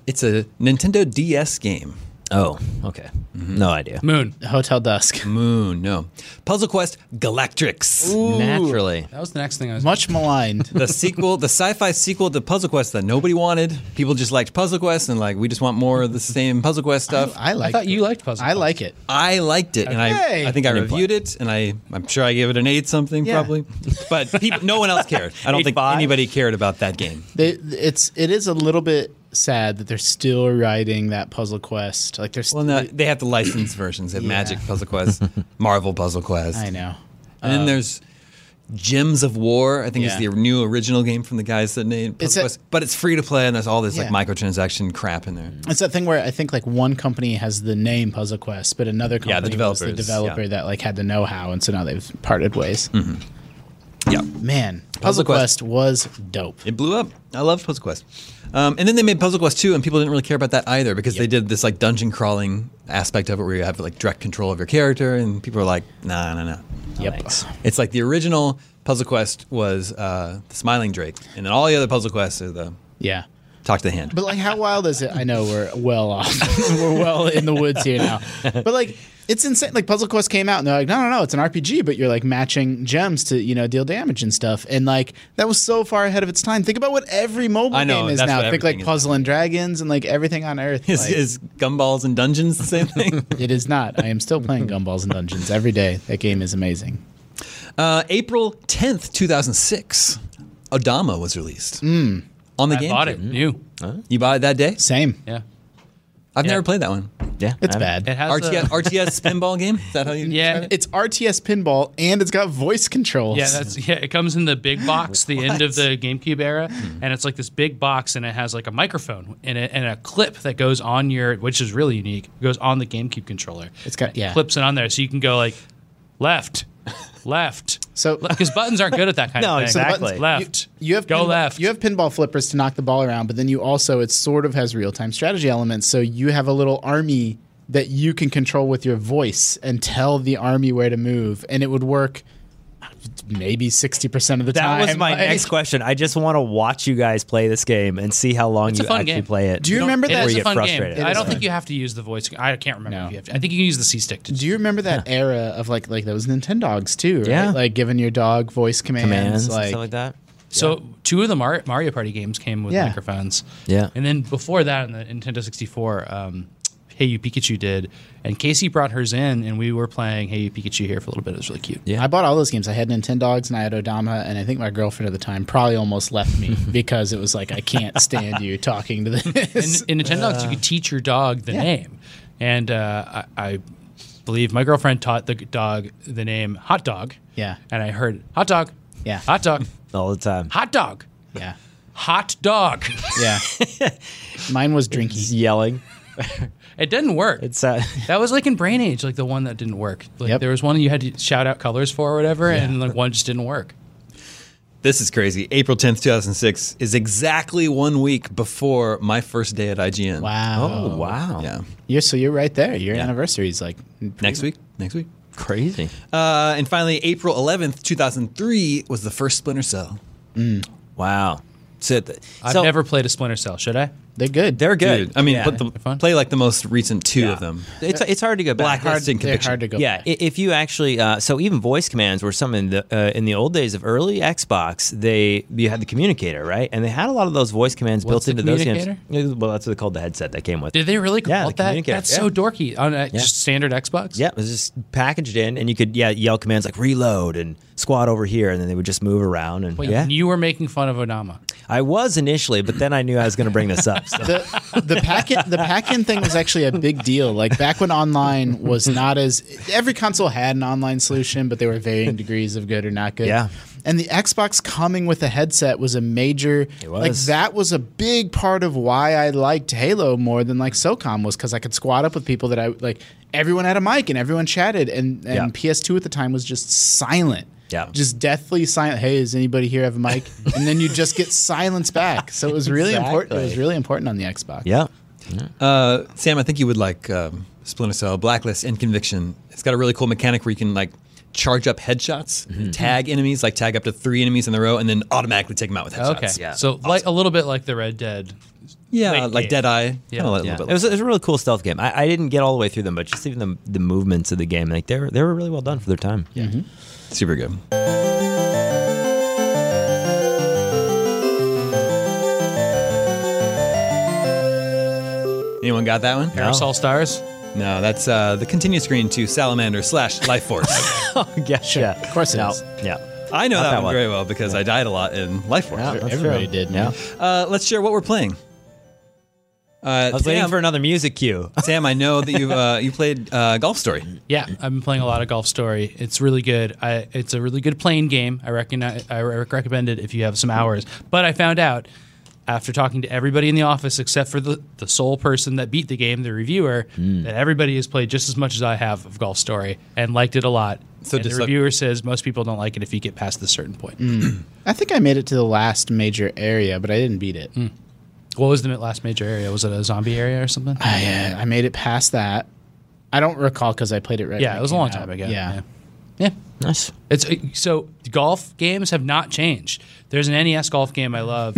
S7: It's a Nintendo DS game.
S6: Oh, okay. No idea.
S2: Moon.
S4: Hotel
S1: Mm.
S4: Dusk.
S7: Moon, no. Puzzle Quest Galactrix.
S6: Naturally.
S2: That was the next thing I was.
S4: Much maligned.
S7: The sequel, the sci fi sequel to Puzzle Quest that nobody wanted. People just liked Puzzle Quest and, like, we just want more of the same Puzzle Quest stuff.
S4: I like.
S2: I thought you liked puzzle.
S4: I like it.
S7: I liked it, and
S4: Okay.
S7: I I think I
S6: Didn't play.
S7: reviewed it, and I I'm sure I gave it an eight something
S4: Yeah.
S7: probably, but people, no one else cared. I don't think
S6: Eight-five?
S7: anybody cared about that game.
S4: They, it's it is a little bit sad that they're still writing that puzzle quest. Like there's.
S7: Well, no, they have the licensed versions. They have Magic Puzzle Quest, Marvel Puzzle Quest,
S4: I know.
S7: and then there's Gems of War. I think
S4: Yeah.
S7: is the new original game from the guys that made
S4: a-
S7: Puzzle Quest, but it's free to play, and there's all this
S4: Yeah.
S7: like microtransaction crap in there.
S4: It's that thing where I think like one company has the name Puzzle Quest, but another company
S7: Yeah, the
S4: was the
S7: developers,
S4: developer
S7: yeah.
S4: that like had the know-how, and so now they've parted ways.
S7: Yeah,
S4: Man, Puzzle,
S7: Quest.
S4: Quest. was dope.
S7: it blew up. I loved Puzzle Quest, um, and then they made Puzzle Quest two, and people didn't really care about that either because they did this like dungeon crawling aspect of it where you have like direct control of your character, and people are like, nah, nah, nah.
S4: Yep.
S7: It's like the original Puzzle Quest was uh, the Smiling Drake, and then all the other Puzzle Quests are the
S4: Yeah.
S7: Talk to the Hand.
S4: But like, how wild is it? I know we're well off. we're well in the woods here now. But like, it's insane. Like, Puzzle Quest came out, and they're like, no, no, no, it's an RPG, but you're like matching gems to you know deal damage and stuff. And like, that was so far ahead of its time. Think about what every mobile
S7: I know,
S4: game is
S7: that's
S4: now.
S7: what
S4: Think
S7: everything
S4: like
S7: is
S4: Puzzle and Dragons and like everything on Earth.
S7: Is,
S4: like-
S7: is Gumballs and Dungeons the same thing?
S4: It is not. I am still playing Gumballs and Dungeons every day. That game is amazing.
S7: uh, April 10th, 2006, Odama was released. on the
S2: I
S7: game.
S2: bought it new.
S7: You bought it that day?
S4: Same.
S2: Yeah,
S7: I've
S2: Yeah.
S7: never played that one.
S6: Yeah,
S4: It's
S6: I-
S4: bad.
S2: it has.
S7: RTS,
S2: a-
S7: RTS pinball game? Is that how you
S2: Yeah.
S7: describe it?
S4: it's RTS pinball and it's got voice controls.
S2: Yeah, that's yeah. It comes in the big box, the end of the GameCube era, and it's like this big box, and it has like a microphone and a, and a clip that goes on your, which is really unique, goes on the GameCube controller.
S4: It's got-
S2: It
S4: yeah.
S2: clips it on there, so you can go like left, left.
S4: So-
S2: because buttons aren't good at that kind
S6: No,
S2: of thing.
S6: so the buttons-
S2: Buttons, left.
S4: You, you have
S2: go
S4: pinball,
S2: left.
S4: You have pinball flippers to knock the ball around, but then you also it sort of has real time strategy elements. So you have a little army that you can control with your voice and tell the army where to move, and it would work maybe sixty percent of the
S6: That
S4: time.
S6: was my
S4: Like-
S6: next question. I just want to watch you guys play this game and see how long
S2: It's
S6: you
S2: a fun
S6: actually
S2: game.
S6: play it.
S4: Do you
S2: don't-
S4: remember
S2: it
S4: that-
S2: is
S6: Where you
S2: a
S6: get
S2: fun
S6: frustrated.
S2: game.
S4: It
S2: I
S4: is
S2: don't
S4: fun.
S2: think you have to use the voice. I can't remember.
S4: No.
S2: If you have to. I think you can use the C stick to.
S4: Do you remember that era of like like those Nintendogs too? Right?
S6: Yeah.
S4: like giving your dog voice commands,
S6: commands and
S4: like,
S6: stuff like that?
S2: So two of the Mar- Mario Party games came with
S4: Yeah.
S2: microphones.
S6: Yeah.
S2: And then before that, in the Nintendo 64, um, Hey You Pikachu did, and Casey brought hers in, and we were playing Hey You Pikachu here for a little bit. It was really cute.
S6: Yeah.
S4: I bought all those games. I had Nintendogs and I had Odama, and I think my girlfriend at the time probably almost left me because it was like I can't stand you talking to this.
S2: In, in Nintendo, you could teach your dog the name, and uh, I, I believe my girlfriend taught the dog the name Hot Dog.
S4: Yeah.
S2: And I heard Hot Dog.
S4: Yeah.
S2: Hot Dog.
S6: All the time.
S2: Hot Dog.
S4: yeah,
S2: Hot Dog.
S4: yeah. Mine was Drinky.
S6: Just yelling.
S2: it didn't work.
S6: It's uh,
S2: That was like in Brain Age, like the one that didn't work. Like
S4: Yep.
S2: there was one you had to shout out colors for or whatever, and like one just didn't work.
S7: This is crazy. April 10th, 2006 is exactly one week before my first day at IGN.
S4: Wow.
S6: oh wow,
S7: Yeah.
S4: You're so you're right there. Your anniversary is like
S7: Next week? Next week.
S6: crazy.
S7: Uh, and finally, April 11th, 2003 was the first Splinter Cell.
S6: Wow.
S7: So, th-
S2: I've
S6: So-
S2: never played a Splinter Cell. Should I?
S4: They're good.
S6: They're good.
S7: dude, I mean,
S6: Yeah.
S7: put the,
S2: fun.
S7: play like the most recent two of them.
S6: It's it's hard to go back.
S7: Black Hard,
S4: they're
S7: and Conviction.
S4: hard to go.
S6: Yeah,
S4: by.
S6: i- if you actually, uh, so even voice commands were some in the uh, in the old days of early Xbox. They you had the communicator, right? And they had a lot of those voice commands built
S2: What's the
S6: into those games.
S2: communicator?
S6: Yeah, Well, that's what they called the headset that came with.
S2: Did they really call
S6: Yeah, the
S2: it that?
S6: communicator,
S2: That's
S6: yeah.
S2: so dorky on a just standard Xbox.
S6: Yeah, it was just packaged in, and you could yeah yell commands like reload and squad over here, and then they would just move around. And
S2: Wait,
S6: yeah,
S2: you were making fun of Onama.
S6: I was initially, but then I knew I was going to bring this up. So.
S4: the the packet the pack in thing was actually a big deal. Like back when online was not as every console had an online solution, but they were varying degrees of good or not good.
S6: Yeah.
S4: And the Xbox coming with a headset was a major
S6: It
S4: like
S6: was.
S4: that was a big part of why I liked Halo more than like SOCOM was because I could squad up with people that I like everyone had a mic and everyone chatted and, and
S6: Yeah.
S4: PS2 at the time was just silent.
S6: Yeah.
S4: Just deathly silent. Hey, does anybody here have a mic? and then you just get silence back. So it was really important. It was
S6: Exactly.
S4: really important on the Xbox.
S6: yeah,
S7: Uh, Sam, I think you would like um, Splinter Cell, Blacklist, and Conviction. It's got a really cool mechanic where you can like charge up headshots,
S2: Mm-hmm.
S7: tag enemies, like tag up to three enemies in a row, and then automatically take them out with headshots.
S2: Okay,
S6: yeah.
S2: so like a little bit like the Red Dead.
S7: Yeah,
S2: Late
S7: like
S2: game.
S7: Dead Eye.
S2: Yeah.
S7: like
S6: Yeah.
S7: a
S6: It,
S7: little bit.
S6: was, it was a really cool stealth game. I, I didn't get all the way through them, but just even the, the movements of the game, like they were they were really well done for their time. Yeah.
S7: super good. Anyone got that one?
S2: Parasol Stars.
S7: No, that's uh, the continue screen to Salamander slash Life Force.
S6: yeah, sure. yeah,
S4: of course it
S6: No,
S4: is.
S6: Yeah,
S7: I know
S6: Not
S7: that,
S6: that
S7: one,
S6: one.
S7: very well because I died a lot in Life Force.
S6: Yeah, that's
S4: Everybody
S6: true.
S4: did,
S6: Yeah,
S4: man.
S7: Uh, let's share what we're playing. Uh,
S6: I was waiting
S7: Sam,
S6: for another music cue.
S7: Sam, I know that you uh, you played uh, Golf Story.
S2: Yeah, I've been playing a lot of Golf Story. It's really good. I, it's a really good playing game. I recognize, I rec- recommend it if you have some hours. But I found out after talking to everybody in the office except for the, the sole person that beat the game, the reviewer, that everybody has played just as much as I have of Golf Story and liked it a lot. So
S7: So
S2: the
S7: just like-
S2: reviewer says most people don't like it if you get past this certain point.
S4: I think I made it to the last major area, but I didn't beat it.
S2: What was the last major area? Was it a zombie area or something?
S4: I, uh, I made it past that. I don't recall because I played it right.
S2: yeah,
S4: when
S2: it was a
S4: came
S2: long
S4: out.
S2: time ago.
S4: Yeah.
S2: yeah. Yeah.
S6: nice.
S2: It's uh, so golf games have not changed. There's an NES golf game I love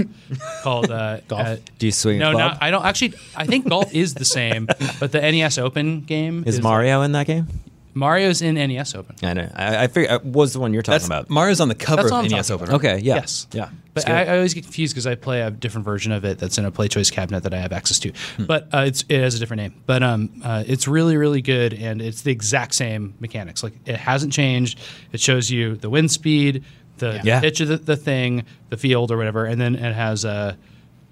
S2: called uh, golf.
S6: Do you swing a
S2: no,
S6: club?
S2: not, I don't actually. I think golf is the same, but the NES Open game
S6: Is Mario in that game?
S2: Mario's in NES Open.
S6: I know. I, I figure uh, was the one you're talking
S7: That's
S6: about.
S7: Mario's on the cover
S2: That's what I'm
S7: of NES
S2: talking
S7: Open.
S2: about.
S6: okay. Yeah.
S2: Yes.
S6: Yeah.
S2: But I, I always get confused because I play a different version of it that's in a play choice cabinet that I have access to.
S6: Hmm.
S2: But uh, it's, it has a different name. But um, uh, it's really, really good, and it's the exact same mechanics. Like it hasn't changed. It shows you the wind speed, the
S6: Yeah.
S2: pitch of the, the thing, the field or whatever, and then it has uh,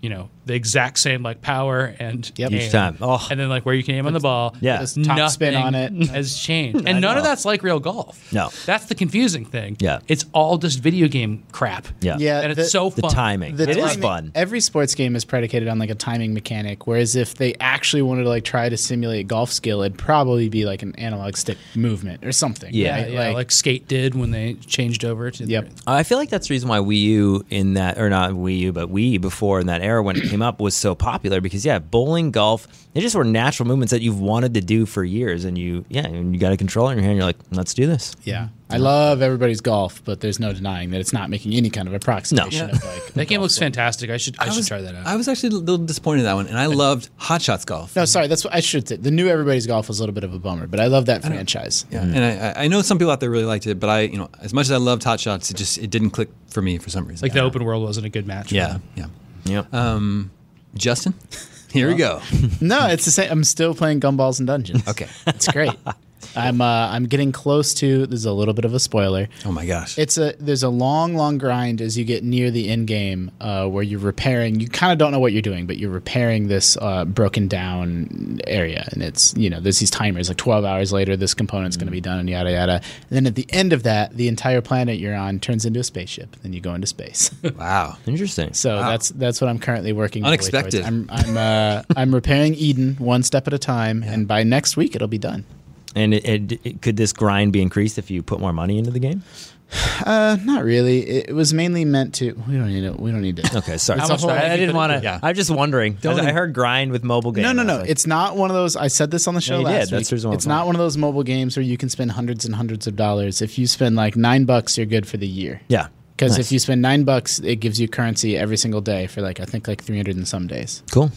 S2: you know the exact same like power and
S4: Yep.
S2: aim.
S4: Each
S6: time. Oh.
S2: and then like where you can aim on the ball.
S6: Yeah.
S4: Just top spin on
S2: nothing
S4: it.
S2: has changed, and none of
S6: know.
S2: that's like real golf.
S6: No.
S2: that's the confusing thing.
S6: Yeah.
S2: it's all just video game crap.
S6: Yeah.
S4: Yeah,
S2: and it's
S4: the-
S2: so
S6: The
S2: fun.
S6: timing.
S4: the
S6: it is
S4: timing-
S6: fun.
S4: Every sports game is predicated on like a timing mechanic. Whereas if they actually wanted to like try to simulate golf skill, it'd probably be like an analog stick movement or something.
S6: Yeah.
S4: right?
S2: Yeah, like, Skate did when they changed over to
S4: Yep.
S6: I feel like that's the reason why Wii U in that, or not Wii U, but Wii before in that era when it came up was so popular because yeah, bowling, golf, they just were natural movements that you've wanted to do for years, and you yeah, and you got a controller in your hand, you're like, let's do this.
S4: yeah. I love everybody's golf, but there's no denying that it's not making any kind of approximation
S6: Yeah.
S4: of like
S2: That game looks fantastic. I should I, should
S1: was,
S2: try that out.
S1: I was actually a little disappointed in that one, and I loved Hot Shots Golf.
S4: No, sorry. That's what I should say. The new Everybody's Golf was a little bit of a bummer, but I love that franchise.
S1: Yeah, and I- I, I know some people out there really liked it, but I, you know, as much as I loved Hot Shots, it just it didn't click for me for some reason.
S2: like the open world wasn't a good match. for
S1: yeah,
S2: them.
S1: yeah. Um,
S6: Yep.
S1: Justin, here we go.
S4: No, it's the same. I'm still playing Gumballs and Dungeons.
S1: Okay.
S4: it's great. I'm uh, I'm getting close to. This is a little bit of a spoiler.
S1: Oh my gosh.
S4: It's a there's a long, long grind as you get near the end game uh, where you're repairing. You kind of don't know what you're doing, but you're repairing this uh, broken down area, and it's you know there's these timers like 12 hours later this component's
S1: Mm.
S4: going to be done, and yada yada. And then at the end of that, the entire planet you're on turns into a spaceship. Then you go into space.
S1: wow.
S6: Interesting.
S4: So that's that's what I'm currently working. my way towards.
S1: Unexpected.
S4: I'm I'm uh, I'm repairing Eden one step at a time, and by next week it'll be done.
S6: And it, it, it- could this grind be increased if you put more money into the game?
S4: Uh, not really. It, it was mainly meant to. We don't need to. We don't need to.
S6: Okay, sorry.
S4: It's a whole-
S6: I didn't want to.
S1: Yeah.
S6: I'm just wondering.
S1: Don't-
S6: I heard grind with mobile games.
S4: No, no,
S6: I was
S4: no.
S6: like,
S4: it's not one of those. I said this on the show
S6: you did.
S4: last
S6: That's the
S4: week.
S6: reason why I'm
S4: It's not
S6: calling.
S4: one of those mobile games where you can spend hundreds and hundreds of dollars. If you spend like nine bucks, you're good for the year.
S6: yeah.
S4: Because
S6: Nice.
S4: if you spend nine bucks, it gives you currency every single day for like I think like three hundred and some days.
S6: Cool.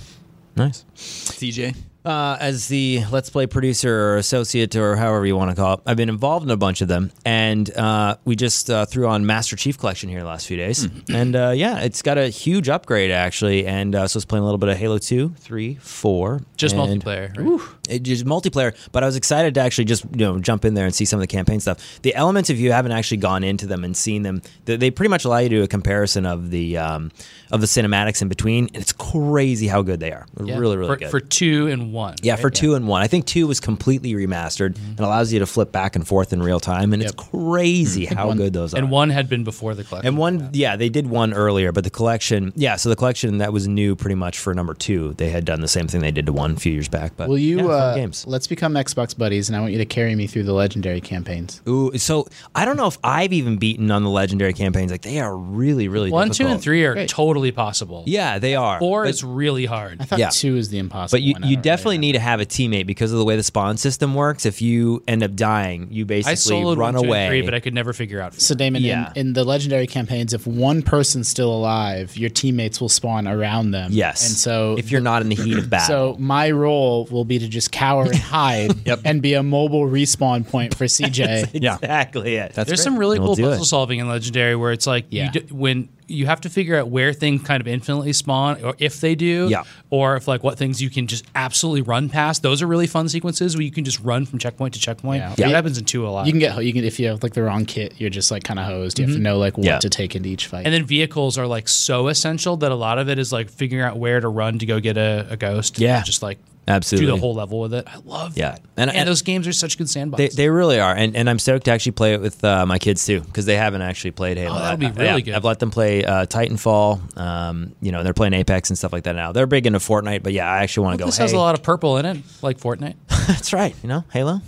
S6: Nice.
S1: CJ.
S6: uh, as the Let's Play producer or associate or however you want to call it. I've been involved in a bunch of them, and uh, we just uh, threw on Master Chief Collection here the last few days,
S2: Mm.
S6: and uh, yeah, it's got a huge upgrade actually. And uh, so it's playing a little bit of Halo 2, 3, 4.
S2: Just
S6: and-
S2: multiplayer, right?
S6: Whew. It just multiplayer, but I was excited to actually just you know jump in there and see some of the campaign stuff. The elements, if you haven't actually gone into them and seen them, they, they pretty much allow you to do a comparison of the um, of the cinematics in between. And it's crazy how good they are. They're Really, really
S2: for,
S6: good.
S2: for two and one.
S6: Yeah,
S2: right? Mm-hmm.
S6: for two and one. I think two was completely remastered and allows you to flip back and forth in real time. And it's crazy how good those are.
S2: Mm-hmm. and one had been before the collection.
S6: And one, yeah, they did one earlier, but the collection, yeah, so the collection that was new pretty much for number two. They had done the same thing they did to one a few years back. But
S4: Will you?
S6: yeah, fun
S4: uh,
S6: games?
S4: Let's become Xbox buddies, and I want you to carry me through the legendary campaigns.
S6: Ooh, so I don't know if I've even beaten on the legendary campaigns. Like they are really, really
S2: one, two, and
S6: difficult.
S2: three are
S4: Great.
S2: totally possible.
S6: Yeah, they are.
S2: four
S6: But-
S2: is really hard.
S4: I thought
S6: Yeah.
S4: two is the impossible.
S6: But you,
S4: one. I
S6: you
S4: don't
S6: definitely
S4: really
S6: need to have a teammate because of the way the spawn system works. If you end up dying, you
S2: I
S6: basically
S2: soloed
S6: run
S2: one, two,
S6: away.
S2: and three, but I could never figure out.
S4: So Damon,
S6: Yeah.
S4: in, in the legendary campaigns, if one person's still alive, your teammates will spawn around them.
S6: Yes.
S4: and so
S6: if you're not in the heat of battle,
S4: so my role will be to just cower and hide
S1: Yep.
S4: and be a mobile respawn point for CJ.
S1: Yeah.
S6: exactly it. That's
S2: There's some really
S6: We'll
S2: cool
S6: do it.
S2: puzzle solving in Legendary where it's like
S4: Yeah.
S2: you d- when you have to figure out where things kind of infinitely spawn or if they do,
S6: Yeah.
S2: or if like what things you can just absolutely run past. Those are really fun sequences where you can just run from checkpoint to checkpoint.
S4: Yeah.
S2: That
S4: Yeah.
S2: happens in two a lot.
S4: You can get you can if you have like the wrong kit, you're just like kind of hosed. You have to know like what
S6: Mm-hmm. Yeah.
S4: to take into each fight.
S2: and then vehicles are like so essential that a lot of it is like figuring out where to run to go get a, a ghost.
S6: Yeah.
S2: just like do
S6: Absolutely.
S2: the whole level with it. I love
S6: Yeah.
S2: that.
S6: And-
S2: And,
S6: and-
S2: those games are such good sandbox.
S6: They, they really are, and, and I'm stoked to actually play it with uh, my kids too, because they haven't actually played Halo.
S2: Oh, that'll be
S6: I- I-
S2: really
S6: yeah,
S2: good.
S6: I've let them play uh, Titanfall. Um, you know, they're playing Apex and stuff like that now. They're big into Fortnite, but yeah, I actually want to go.
S2: this
S6: hey,
S2: has a lot of purple in it, like Fortnite.
S6: That's right. You know, Halo,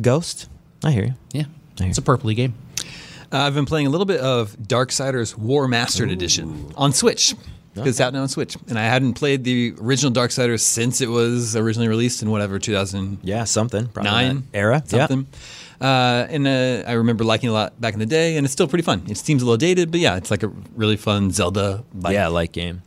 S6: Ghost. I hear you.
S2: Yeah, it's a purpley game.
S1: Uh, I've been playing a little bit of Darksiders War Mastered Edition on Switch. It's out now on Switch. And I hadn't played the original Darksiders since it was originally released in whatever, 2000,
S6: Yeah, something. Probably
S1: nine
S6: that era. Yeah.
S1: something. Uh, and uh, I remember liking it a lot back in the day, and it's still pretty fun. It seems a little dated, but yeah, it's like a really fun Zelda
S6: Yeah,
S1: like
S6: like game.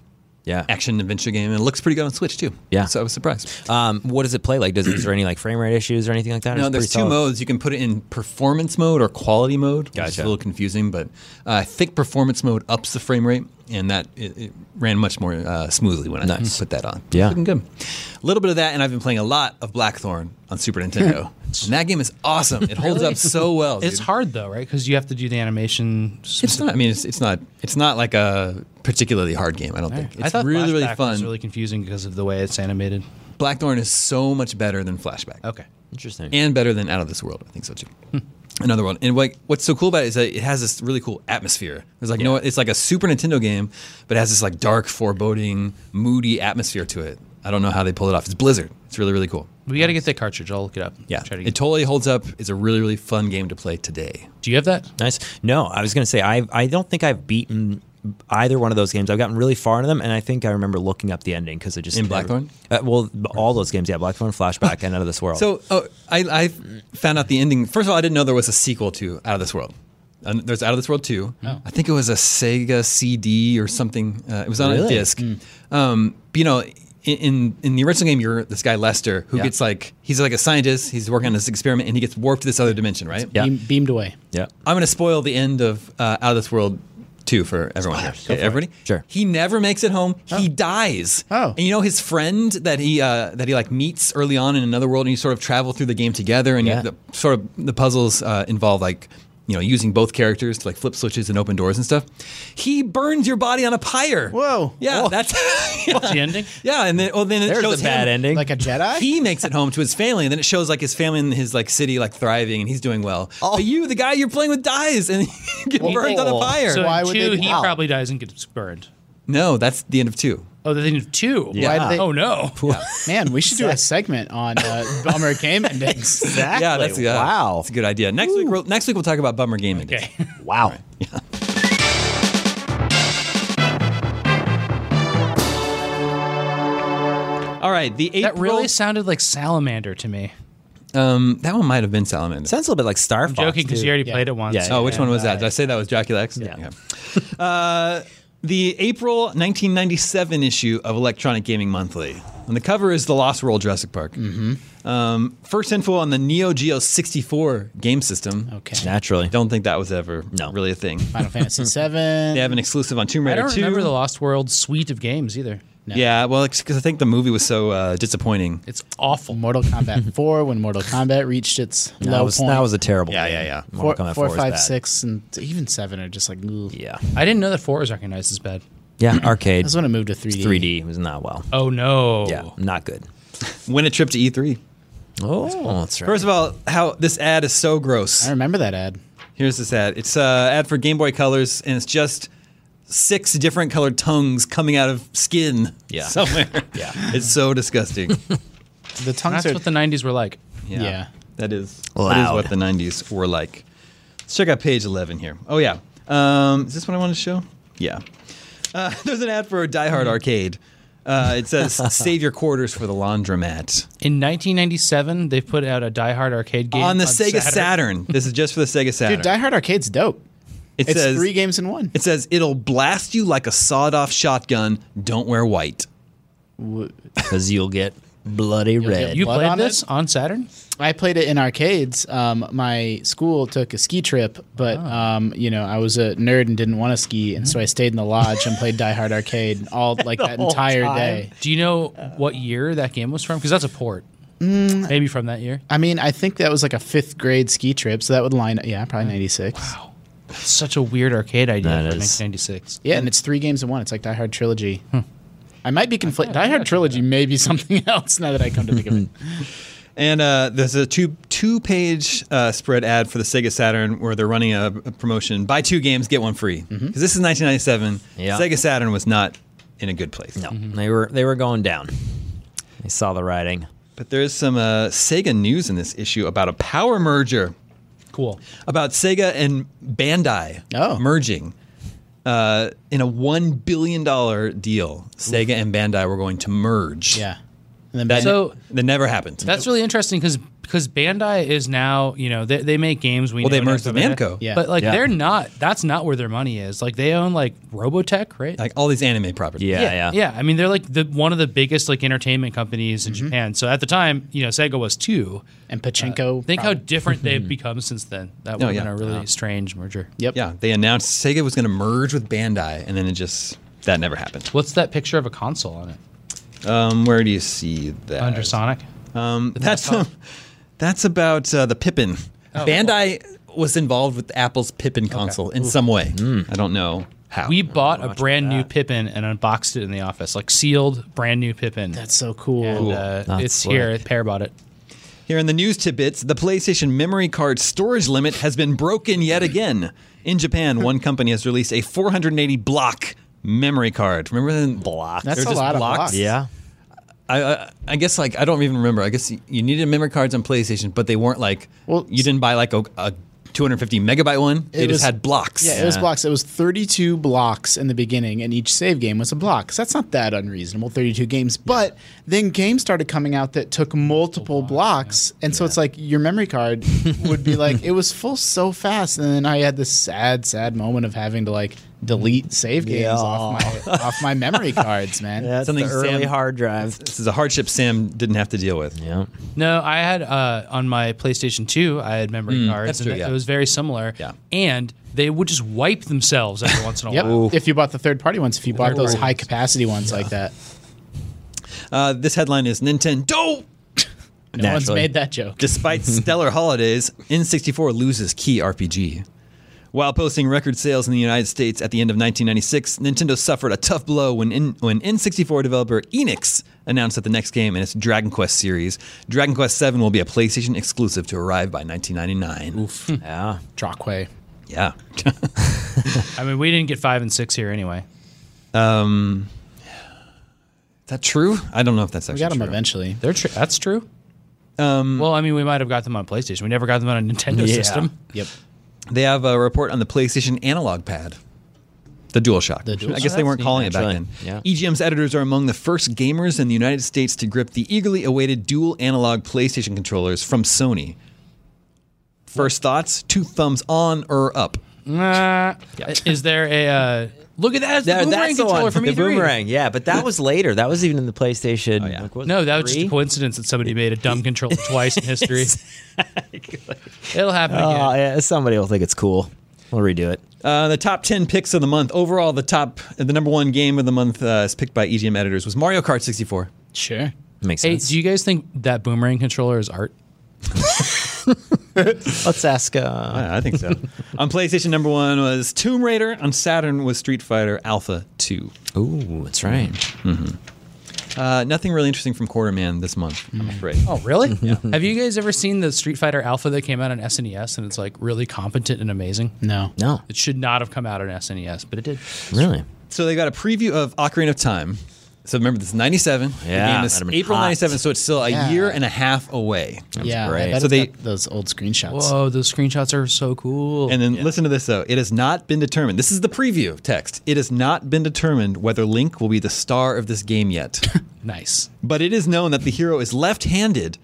S6: Yeah.
S1: action adventure game, and it looks pretty good on Switch too.
S6: Yeah.
S1: so I was surprised.
S6: Um, what does it play like? Does is there any like frame rate issues or anything like that? Or
S1: No,
S6: is it
S1: there's
S6: pretty
S1: two
S6: solid?
S1: modes. You can put it in performance mode or quality mode. Which is
S6: Gotcha.
S1: a little confusing, but uh, I think performance mode ups the frame rate, and that it, it ran much more uh, smoothly when I put that on.
S6: Yeah.
S1: looking good. A little bit of that, and I've been playing a lot of Blackthorn on Super Nintendo. And that game is awesome. It holds up so well.
S2: It's
S1: dude.
S2: hard though, right? Because you have to do the animation.
S1: It's not. I mean, it's, it's not. It's not like a particularly hard game. I don't think. It's
S2: I thought
S1: really really
S2: Flashback
S1: fun.
S2: Was really confusing because of the way it's animated.
S1: Blackthorn is so much better than Flashback.
S2: Okay. Hmm.
S6: Interesting.
S1: and better than Out of This World. I think so too. Another one. And like, what's so cool about it is that it has this really cool atmosphere. It's like, you know what? It's like a Super Nintendo game, but it has this like dark, foreboding, moody atmosphere to it. I don't know how they pull it off. It's Blizzard. It's really, really cool.
S2: We got to get that cartridge. I'll look it up.
S1: Yeah.
S2: Try to
S1: It
S2: get-
S1: totally holds up. It's a really, really fun game to play today.
S2: do you have that?
S6: Nice. No, I was going to say I I don't think I've beaten either one of those games. I've gotten really far into them, and I think I remember looking up the ending because I just
S1: In
S6: never-
S1: Blackthorn?
S6: Uh, well, all those games, yeah, Blackthorn, Flashback, and Out of This World.
S1: So oh, I, I found out the ending. First of all, I didn't know there was a sequel to Out of This World. And there's Out of This World 2. I think it was a Sega CD or something. Uh, it was on a
S6: Really? Hmm.
S1: disc. Um, but, you know, in, in in the original game, you're this guy Lester who
S6: Yeah.
S1: gets like he's like a scientist. He's working on this experiment and he gets warped to this other dimension, right?
S6: Yeah.
S4: Beam, beamed away.
S6: yeah,
S1: I'm going to spoil the end of uh, Out of This World 2 for everyone
S6: Oh,
S1: here. Okay, everybody?
S6: Sure.
S1: He never makes it home. He dies.
S4: Oh.
S1: And you know his friend that he uh, that he like meets early on in another world and you sort of travel through the game together and you
S6: Yeah.
S1: the, sort of the puzzles uh, involve like you know, using both characters to like flip switches and open doors and stuff. He burns your body on a pyre.
S4: Whoa.
S1: Yeah, that's yeah.
S2: What's the ending?
S1: and then well then it
S6: there's
S1: shows
S6: a bad
S1: him-
S6: ending.
S4: Like a Jedi?
S1: he makes it home to his family, and then it shows like his family in his like city, like thriving, and he's doing well. But you, the guy you're playing with, dies and you get burned on a
S6: Oh.
S1: fire.
S2: So
S4: Why
S2: in
S4: would
S2: two,
S4: they do-
S2: he
S4: Wow.
S2: probably dies and gets burned.
S1: no, that's the end of two.
S2: Oh, the thing of two.
S4: Yeah. Why'd they-
S2: oh no.
S4: Man, we should do a segment on uh, bummer game endings.
S6: exactly.
S1: Yeah, that's yeah,
S6: wow.
S1: That's a good idea. Next week, we'll, next week we'll talk about bummer game.
S2: Okay.
S6: Wow.
S1: All right, the April
S2: That really sounded like Salamander to me.
S1: um that one might have been Salamander.
S6: Sounds a little bit like Star
S2: I'm
S6: Fox.
S2: joking because
S6: too.
S2: you already
S4: Yeah.
S2: played it once.
S6: Yeah,
S1: oh, which one was that? Did I say that was Dracula X?
S6: Yeah.
S1: Okay. Uh, the April 1997 issue of Electronic Gaming Monthly. On the cover is the Lost World Jurassic Park. Mm-hmm. Um, first info on the Neo Geo 64 game system.
S4: Okay.
S6: naturally.
S1: Don't think that was ever
S6: No.
S1: really a thing.
S4: Final Fantasy VII.
S1: They have an exclusive on Tomb
S2: I
S1: Raider
S2: don't
S1: 2.
S2: remember the Lost World suite of games either.
S1: Yeah, well, because I think the movie was so uh, disappointing.
S2: It's awful.
S4: Mortal Kombat 4 when Mortal Kombat reached its
S6: That
S4: low
S6: was
S4: point.
S6: that was a terrible.
S1: Yeah,
S6: game.
S1: yeah, yeah.
S6: Mortal
S4: four,
S6: Kombat
S4: four,
S6: 4 is
S4: five,
S6: bad.
S4: six, and even seven are just like. Ugh.
S6: Yeah,
S2: I didn't know that four was recognized as bad.
S6: yeah. Arcade
S4: That's when it moved to 3D.
S6: 3D was not well.
S2: Oh no.
S6: Yeah, not good.
S1: Win a trip to E3.
S6: Oh, that's right.
S1: First of all, how this ad is so gross.
S4: I remember that ad.
S1: Here's this ad. It's an ad for Game Boy Colors, and it's just six different colored tongues coming out of skin
S6: Yeah.
S1: somewhere.
S6: Yeah.
S1: It's so disgusting.
S4: The tongues
S2: That's
S4: are.
S2: what the '90s were like.
S4: Yeah.
S1: That is that is
S6: Loud.
S1: what the 90s were like. Let's check out page 11 here. Oh, yeah. Um, is this what I want to show? Yeah. Uh, there's an ad for a Die Hard arcade. Uh, it says, save your quarters for the laundromat.
S2: In 1997, they put out a Die Hard arcade game
S1: on the Sega
S2: Saturn.
S1: Saturn. This is just for the Sega Saturn.
S4: Dude, Die Hard Arcade's dope.
S1: it
S4: it's
S1: says
S4: three games in one.
S1: it says it'll blast you like a sawed-off shotgun. Don't wear white.
S6: because you'll get bloody red.
S2: You
S4: Blood
S2: played
S4: on
S2: this
S4: it?
S2: on Saturn?
S4: I played it in arcades. Um, my school took a ski trip, but um, you know I was a nerd and didn't want to ski, and so I stayed in the lodge and played Die Hard Arcade all like that
S6: whole
S4: entire
S6: time.
S4: day.
S2: Do you know what year that game was from? Because that's a port. Maybe from that year.
S4: I mean, I think that was like a fifth grade ski trip, so that would line. Yeah, probably ninety six.
S2: Such a weird arcade idea
S6: That
S2: for
S6: is.
S2: 1996.
S4: Yeah, and it's three games in one. It's like Die Hard Trilogy. I might be conflated. Die
S2: I
S4: Hard Trilogy may be something else now that I come to think of it.
S1: And uh, there's a two two-page uh, spread ad for the Sega Saturn where they're running a, a promotion: buy two games, get one free. Because this is 1997.
S6: Yeah.
S1: Sega Saturn was not in a good place.
S6: no, they were they were going down. They saw the writing.
S1: But there is some uh, Sega news in this issue about a power merger.
S2: Cool.
S1: about Sega and Bandai
S4: Oh.
S1: merging uh, in a one billion dollar deal. Sega and Bandai were going to merge.
S4: Yeah. And then
S1: that,
S4: so,
S2: So-
S1: that never happened.
S2: That's really interesting because Bandai is now you know they, they make games we
S1: Well, they
S2: know now
S1: merged
S2: for
S1: with
S2: Bandai.
S1: Namco.
S4: Yeah.
S2: but like
S6: Yeah.
S2: they're not that's not where their money is like they own like Robotech right
S1: like all these anime properties.
S6: Yeah, yeah,
S2: yeah I mean they're like the one of the biggest like entertainment companies in Japan so at the time you know Sega was two
S4: and Pachinko.
S2: think how different they've become since then that would
S1: No,
S2: have been
S1: yeah.
S2: a really strange merger
S4: Yep.
S1: yeah. They announced Sega was going to merge with Bandai, and then it just that never happened.
S2: what's that picture of a console on it
S1: Um, where do you see that?
S2: under Sonic
S1: Um, that's some. That's about uh, the Pippin.
S4: Oh.
S1: Bandai was involved with Apple's Pippin console in some way.
S4: Hmm.
S1: I don't know how.
S2: We bought a brand new Pippin and unboxed it in the office, like sealed, brand new Pippin.
S4: That's so cool.
S2: and, uh,
S6: That's
S2: it's
S6: slick.
S2: here. Pear bought it.
S1: Here in the news tidbits, the PlayStation memory card storage limit has been broken yet again. In Japan, one company has released a 480 block memory card. Remember then?
S6: Block.
S4: That's
S1: They're
S4: a
S1: just
S4: lot
S1: blocks.
S4: of blocks.
S6: yeah.
S1: I, I, I guess like I don't even remember. I guess you needed memory cards on PlayStation, but they weren't like
S4: Well,
S1: you didn't buy like a, a 250 megabyte one. They
S4: It
S1: just
S4: was-
S1: had blocks.
S4: Yeah, it was blocks. It was 32 blocks in the beginning, and each save game was a block. So that's not that unreasonable, 32 games. But then games started coming out that took multiple blocks, and so it's like your memory card would be like it was full so fast, and then I had this sad, sad moment of having to like delete save games
S6: Yeah.
S4: off my off my memory cards, man.
S1: Something the early Sam-
S6: hard drive.
S1: This is a hardship Sam didn't have to deal with.
S6: Yeah.
S2: No, I had uh, on my PlayStation 2, I had memory cards.
S1: that's
S2: and
S1: true,
S2: that-
S1: yeah.
S2: It was very similar.
S1: Yeah.
S2: And they would just wipe themselves every once in a
S4: Yep.
S2: while.
S4: If you bought the third party ones, if you bought
S2: Third
S4: those
S2: party
S4: high capacity ones like that,
S1: Uh, this headline is Nintendo.
S4: no one's made that joke.
S1: Despite stellar holidays, N64 loses key RPG. While posting record sales in the United States at the end of 1996, Nintendo suffered a tough blow when, N- when N64 developer Enix announced that the next game in its Dragon Quest series, Dragon Quest VII, will be a PlayStation exclusive to arrive by 1999. Oof.
S6: Yeah.
S4: Drockway.
S1: Yeah.
S2: I mean, we didn't get five and six here anyway.
S1: Is that true? I don't know if that's
S4: We
S1: actually
S4: got them
S1: true.
S4: eventually.
S2: They're tr- that's true. Um, well, I mean, we might have got them on PlayStation. We never got them on a Nintendo system.
S4: Yep.
S1: They have a report on the PlayStation analog pad. The DualShock.
S4: The DualShock.
S1: I guess they weren't
S6: That's
S1: calling
S6: neat,
S1: it back then.
S6: actually. Yeah.
S1: EGM's editors are among the first gamers in the United States to grip the eagerly awaited dual analog PlayStation controllers from Sony. First thoughts, two thumbs on or up.
S2: Nah. Is there a uh, look at that? It's the
S6: That-
S2: boomerang
S6: the
S2: controller
S6: one,
S2: from
S6: the
S2: E3.
S6: boomerang. Yeah, but that was later. That was even in the PlayStation.
S1: yeah.
S6: like, what was
S2: Oh, No,
S6: it,
S2: that was just a
S6: three?
S2: coincidence that somebody made a dumb controller twice in history. It'll happen again.
S6: Oh, yeah, somebody will think it's cool. We'll redo it.
S1: Uh, the top 10 picks of the month. Overall, the top, the number one game of the month uh, is picked by EGM editors was Mario Kart 64.
S4: Sure.
S6: Makes
S2: Hey,
S6: sense.
S2: do you guys think that boomerang controller is art?
S6: Let's ask. Uh,
S1: Yeah, I think so. on PlayStation, number one was Tomb Raider. On Saturn was Street Fighter Alpha 2.
S6: ooh, that's right.
S1: Uh, nothing really interesting from Quarterman this month,
S6: Mm.
S1: I'm afraid.
S2: Oh, really? Have you guys ever seen the Street Fighter Alpha that came out on SNES and it's like really competent and amazing?
S4: No.
S6: No,
S2: It should not have come out on SNES, but it did.
S6: really.
S1: So they got a preview of Ocarina of Time. So remember, this is 97.
S6: Yeah,
S1: The game is
S6: that'd have been
S1: April
S6: hot.
S1: 97, so it's still a
S4: Yeah.
S1: year and a half away.
S4: yeah,
S6: great.
S4: I bet
S1: So
S4: it's
S1: they-
S4: got those old screenshots.
S2: Whoa, those screenshots are so cool.
S1: And then listen to this, though. It has not been determined. This is the preview text. It has not been determined whether Link will be the star of this game yet.
S2: nice.
S1: but it is known that the hero is left handed,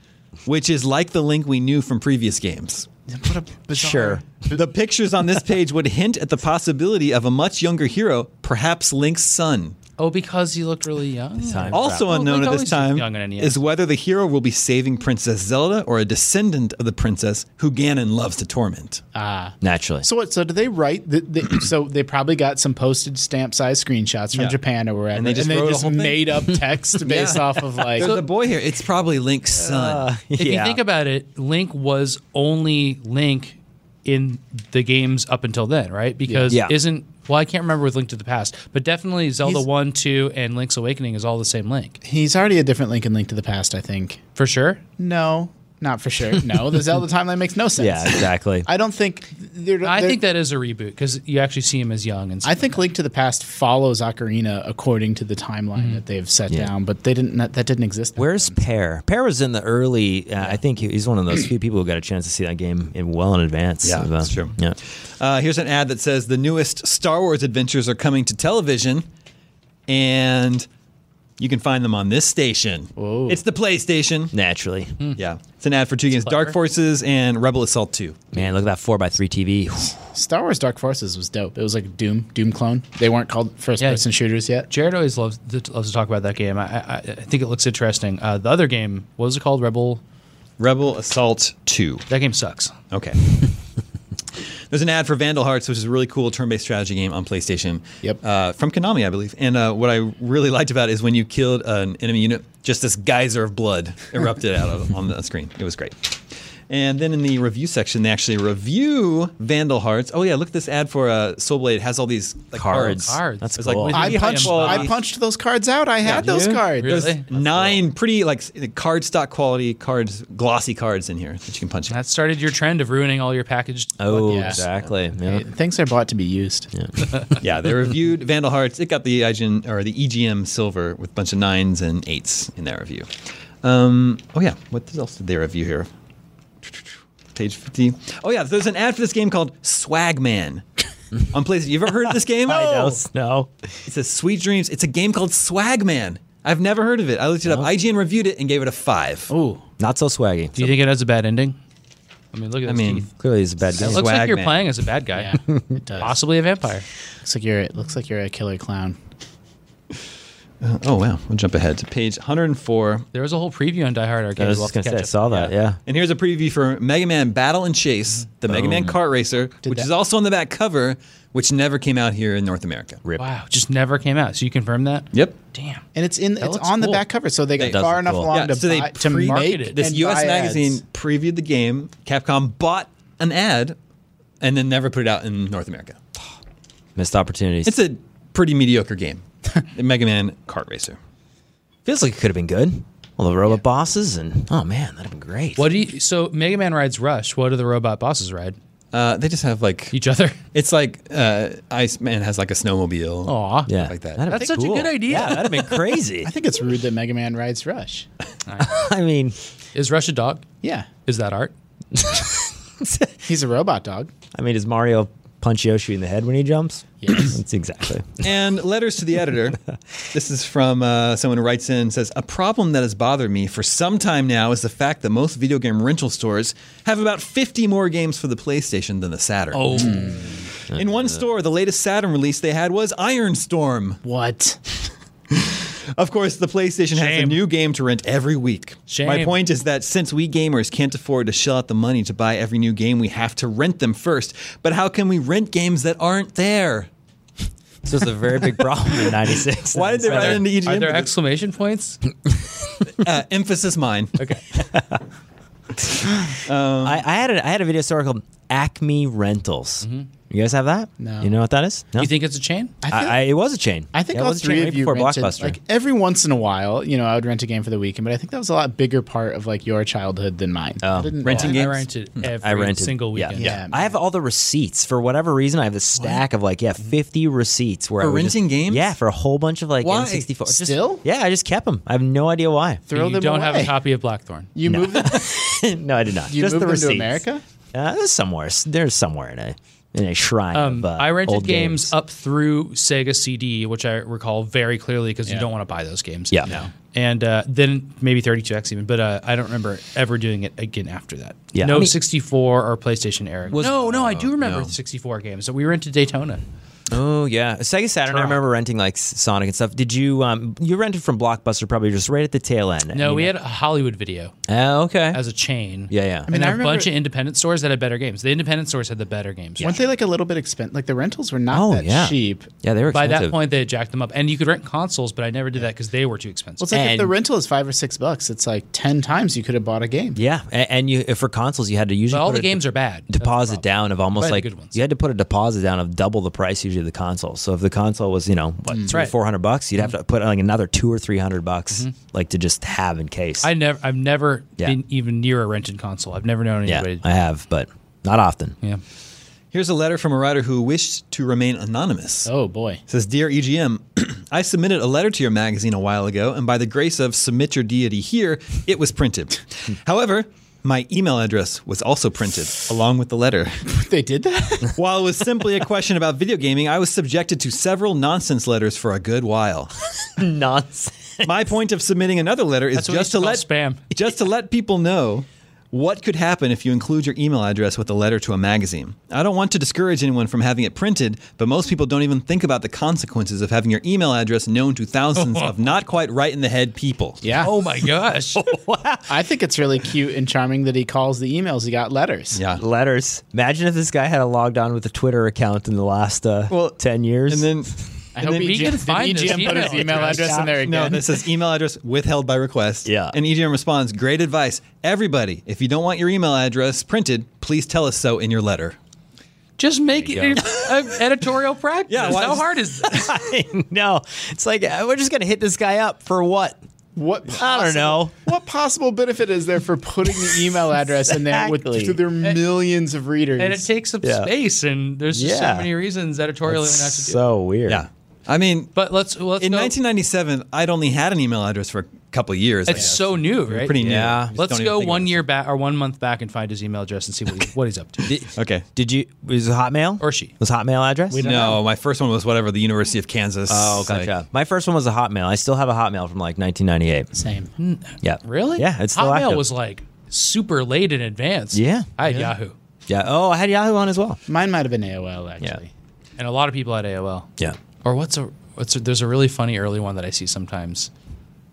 S1: which is like the Link we knew from previous games.
S4: What a bizarre.
S6: Sure.
S1: The pictures on this page would hint at the possibility of a much younger hero, perhaps Link's son.
S2: Oh, because he looked really young.
S6: Time
S1: Also
S6: travel.
S2: Well,
S1: unknown
S2: Link
S1: at this
S2: always
S1: time
S2: looked young on NES.
S1: is whether the hero will be saving Princess Zelda or a descendant of the princess who Ganon loves to torment.
S2: Uh,
S6: naturally.
S4: So what? So do they write? The, the, so they probably got some postage stamp size screenshots from
S1: Yeah.
S4: Japan or wherever,
S1: And they just wrote a whole thing?
S4: made up text based off of like.
S1: There's a boy here. It's probably Link's
S6: Uh,
S1: son.
S2: uh, If you think about it, Link was only Link in the games up until then, right? Because
S6: Yeah.
S2: isn't well, I can't remember with Link to the Past, but definitely Zelda
S4: He's-
S2: One, Two, and Link's Awakening is all the same Link
S4: he's already a different Link in Link to the Past, I think.
S2: for sure.
S4: No, not for sure. No, the Zelda timeline makes no sense.
S6: yeah, exactly.
S4: I don't think. They're,
S2: I
S4: they're-
S2: think that is a reboot because you actually see him as young and stuff.
S4: I think Link to the Past follows Ocarina according to the timeline
S1: Mm-hmm.
S4: that they've set down, but they didn't. That, that didn't exist.
S6: Where's Pear? Pear was in the early. Uh, I think he- he's one of those few people who got a chance to see that game in well in advance.
S1: Yeah,
S6: of,
S1: that's true.
S6: Yeah.
S1: Uh, here's an ad that says the newest Star Wars adventures are coming to television, and you can find them on this station. It's the PlayStation.
S6: Naturally.
S2: Hmm.
S1: Yeah, it's an ad for two games: Dark Forces and Rebel Assault Two.
S6: Man, look at that four by three TV.
S2: Oh,
S4: Star Wars Dark Forces was dope. It was like Doom, Doom clone. They weren't called first person shooters yet.
S2: Jared always loves loves to talk about that game. I, I, I think it looks interesting. Uh, the other game, what was it called? Rebel.
S1: Rebel Assault Two.
S2: That game sucks.
S1: Okay. There's an ad for Vandal Hearts, which is a really cool turn-based strategy game on PlayStation.
S4: Yep.
S1: Uh, from Konami, I believe. And uh, what I really liked about it is when you killed an enemy unit, just this geyser of blood erupted out of, on the screen. It was great. And then in the review section, they actually review Vandal Hearts. Oh yeah, look at this ad for uh, Soul Blade. It has all these like,
S6: Cards.
S2: Cards.
S6: That's
S1: It's
S6: cool.
S1: like,
S4: I
S1: Yeah,
S4: punched.
S1: well,
S4: I
S1: these-
S4: punched those cards out. I had those
S1: Yeah.
S4: cards.
S2: Really?
S1: There's
S2: That's
S1: nine pretty like s- card stock quality cards, glossy cards in here that you can punch.
S2: That started your trend of ruining all your packaged.
S6: Oh,
S4: Yeah.
S6: exactly. Yeah.
S4: Things are bought to be used.
S1: yeah, they reviewed Vandal Hearts. It got the IGN or the EGM silver with a bunch of nines and eights in that review. Um, oh yeah, what else did they review here? Page fifty. Oh yeah, there's an ad for this game called Swagman. On PlayStation, you ever heard of this game?
S6: No snow.
S1: It says Sweet Dreams. It's a game called Swagman. I've never heard of it. I looked it up. IGN reviewed it and gave it a five.
S2: Oh.
S6: Ooh, not so swaggy.
S2: Do you think it has a bad ending? I mean, look at
S1: I
S2: his
S1: mean,
S2: teeth.
S6: Clearly, he's a bad guy.
S2: It looks like you're
S1: Swagman.
S2: playing as a bad guy,
S4: it does.
S2: possibly a vampire.
S4: Looks like you're. Looks like you're a killer clown.
S1: oh wow, we'll jump ahead to page 104.
S2: There was a whole preview on Die Hard Arcade.
S6: I was
S2: We'll
S6: just
S2: have
S6: gonna say,
S2: to
S6: I
S2: catch up.
S6: saw that. Yeah.
S1: And here's a preview for Mega Man Battle and Chase, the Mega Man Kart Racer, which is
S4: that-
S1: also on the back cover, which never came out here in North America.
S6: Rip.
S2: Wow, just never came out. So you confirm that?
S1: Yep.
S2: Damn.
S4: And it's in. it's
S2: looks
S4: on the
S2: cool.
S4: back cover, so they got
S6: does
S4: far
S6: look
S4: enough
S6: cool.
S4: along
S1: Yeah,
S4: to
S1: so they
S4: buy, to
S1: pre-marketed
S4: make
S2: it.
S1: This
S4: and
S1: US
S4: buy
S1: magazine
S4: ads.
S1: previewed the game. Capcom bought an ad and then never put it out in North America.
S6: Missed opportunities.
S1: It's a pretty mediocre game, Mega Man Kart Racer.
S6: feels like it could have been good. All the robot bosses and oh man, that'd have been great.
S2: What do you? So Mega Man rides Rush. What do the robot bosses ride?
S1: Uh, they just have like
S2: Each other.
S1: it's like uh, Iceman has like a snowmobile.
S4: Oh,
S2: Aw.
S6: Yeah,
S1: like that.
S6: That'd have
S2: That's
S6: been
S2: such a
S6: cool.
S2: good idea.
S6: Yeah, that'd have been crazy.
S4: I think it's rude that Mega Man rides Rush.
S6: I mean,
S2: Is Rush a dog?
S4: Yeah,
S2: Is that art?
S4: he's a robot dog.
S6: I mean, does Mario punch Yoshi in the head when he jumps? Yes, that's exactly.
S1: And letters to the editor. this is from uh, someone who writes in and says, A problem that has bothered me for some time now is the fact that most video game rental stores have about 50 more games for the PlayStation than the Saturn. Oh. In one store, the latest Saturn release they had was Iron Storm.
S4: What?
S1: Of course, the PlayStation has a
S2: Shame.
S1: new game to rent every week.
S2: Shame.
S1: My point is that since we gamers can't afford to shell out the money to buy every new game, we have to rent them first. But how can we rent games that aren't there?
S6: This was a very big problem in '96.
S1: Why did they write into EGM?
S2: Are there
S1: for this?
S2: exclamation points?
S1: Uh, emphasis mine. Okay.
S6: I, I had a, I had a video store called Acme Rentals. You guys have that? No. You know what that is? No.
S2: You think it's a chain?
S4: I
S6: I,
S4: think,
S6: I, it was a chain.
S4: I think
S6: Yeah, it
S4: all
S6: was a
S4: three
S6: chain
S4: of
S6: right
S4: you
S6: before
S4: rented,
S6: Blockbuster.
S4: like every once in a while. You know, I would rent a game for the weekend, but I think that was a lot bigger part of like your childhood than mine.
S6: Oh.
S4: I didn't
S1: renting
S4: yeah.
S1: games?
S2: I rented every
S6: Hmm. I rented
S2: single
S6: yeah,
S2: weekend.
S6: Yeah,
S4: Yeah.
S6: I have all the receipts for whatever reason. I have a stack of like yeah,
S4: Mm-hmm.
S6: fifty receipts where
S1: For
S6: I would just-
S1: renting games?
S6: Yeah, for a whole bunch of like
S1: Why?
S6: N64. Just-
S4: Still?
S6: yeah, I just kept them. I have no idea why.
S4: Throw
S2: you
S4: them
S2: don't
S4: away.
S2: have a copy of Blackthorn.
S4: You moved them.
S6: no, I did not.
S4: You
S6: just
S4: moved
S6: the
S4: them
S6: receipts.
S4: to America.
S6: Uh, there's somewhere. There's somewhere in a in a shrine. of, uh,
S2: Um, I rented
S6: old
S2: games, up through Sega CD, which I recall very clearly because you don't want to buy those games.
S6: Yeah. No.
S2: And uh, then maybe 32X even, but uh, I don't remember ever doing it again after that.
S6: Yeah.
S2: No
S6: I mean-
S2: 64 or PlayStation era. no, no,
S4: Oh,
S2: I do remember
S1: no.
S2: the 64 games. So we rented Daytona.
S6: Oh yeah, Sega Saturn. I
S2: Tron.
S6: remember renting like S- Sonic and stuff. Did you um you rented from Blockbuster probably just right at the tail end?
S2: No, we had a Hollywood video
S6: Oh okay.
S2: as a chain.
S6: yeah yeah.
S2: And
S4: I
S2: a bunch
S4: remember-
S2: of independent stores that had better games. The independent stores had the better games.
S4: Weren't they like a little bit expensive? Like the rentals were not
S6: Oh,
S4: that
S6: yeah.
S4: cheap.
S6: yeah, they were
S2: By
S6: expensive.
S2: that point, they had jacked them up. And you could rent consoles, but I never did that because they were too
S4: Well,
S2: expensive.
S4: it's like if the
S6: And-
S4: rental is five or six bucks, it's like ten times you could have bought a game.
S6: Yeah, and, and you for consoles you had to usually
S2: But all
S6: put
S2: the
S6: a
S2: games are bad. That's the
S6: deposit
S2: problem.
S6: down of almost
S2: But the
S6: like
S2: good ones.
S6: you had to put a deposit down of double the price usually of the console. So if the console was you know what three or
S2: Mm. right. Mm-hmm.
S6: four hundred bucks, you'd have to put like another two or three hundred bucks like to just have in case.
S2: I never, I've never
S6: Yeah.
S2: been even near a rented console. I've never known
S6: yeah,
S2: anybody.
S6: I have, but not often.
S2: yeah.
S1: Here's a letter from a writer who wished to remain anonymous.
S4: Oh boy.
S1: It says, Dear EGM, I submitted a letter to your magazine a while ago, and by the grace of Submit Your Deity Here, it was printed. However, my email address was also printed along with the letter.
S4: They did that?
S1: While it was simply a question about video gaming, I was subjected to several nonsense letters for a good while.
S6: Nonsense.
S1: My point of submitting another letter is
S2: That's what we
S1: just to let
S2: used to call spam.
S1: just to let people know what could happen if you include your email address with a letter to a magazine. I don't want to discourage anyone from having it printed, but most people don't even think about the consequences of having your email address known to thousands of not quite right in the head people.
S4: yeah.
S2: Oh my gosh.
S4: I think it's really cute and charming that he calls the emails he got letters.
S2: Ah.
S1: Yeah.
S6: Letters. Imagine if this guy had a logged on with a Twitter account in the last uh,
S1: Well,
S6: ten years.
S1: And then
S4: I hope
S2: we
S4: EGM,
S2: can find
S4: did
S2: this
S4: EGM put his
S2: email
S4: email
S2: address.
S4: address in there again.
S1: No, this is email address withheld by request.
S6: Yeah.
S1: And EGM responds, great advice. Everybody, if you don't want your email address printed, please tell us so in your letter.
S2: Just make it an editorial practice.
S1: Yeah, why
S2: how
S1: is-
S2: hard is that?
S6: no, it's like uh, we're just gonna hit this guy up for what?
S4: What
S6: I don't
S4: possible-
S6: know.
S4: What possible benefit is there for putting the email address in there with
S6: Exactly.
S4: to their millions of readers?
S2: and it takes up
S6: Yeah.
S2: space, and there's just so
S6: Yeah.
S2: many reasons editorially not to do.
S6: So weird.
S1: Yeah. I mean,
S2: but let's let's
S1: in
S2: go-
S1: 1997, I'd only had an email address for a couple of years. I
S2: It's
S1: guess.
S2: so new, right?
S1: pretty new.
S6: Yeah.
S1: Just
S2: Let's
S1: don't even
S2: go
S1: think
S2: one
S1: about
S2: year back or one month back and find his email address and see what, he, what he's up to.
S1: it. Okay.
S6: Did you? Was it Hotmail
S2: Or she.
S6: Was Hotmail address?
S1: No, my first one was whatever the University of Kansas.
S6: Oh,
S1: like-
S6: gotcha. My first one was a Hotmail. I still have a Hotmail from like 1998.
S4: Same.
S6: Yeah.
S2: Really?
S6: Yeah. It's still
S2: Hotmail
S6: active.
S2: was like super late in advance.
S6: Yeah.
S2: I had Yahoo,
S6: Yeah. Oh, I had Yahoo on as well.
S4: Mine might have been AOL actually.
S2: and a lot of people had AOL.
S6: Yeah.
S2: Or what's a what's a, there's a really funny early one that I see sometimes.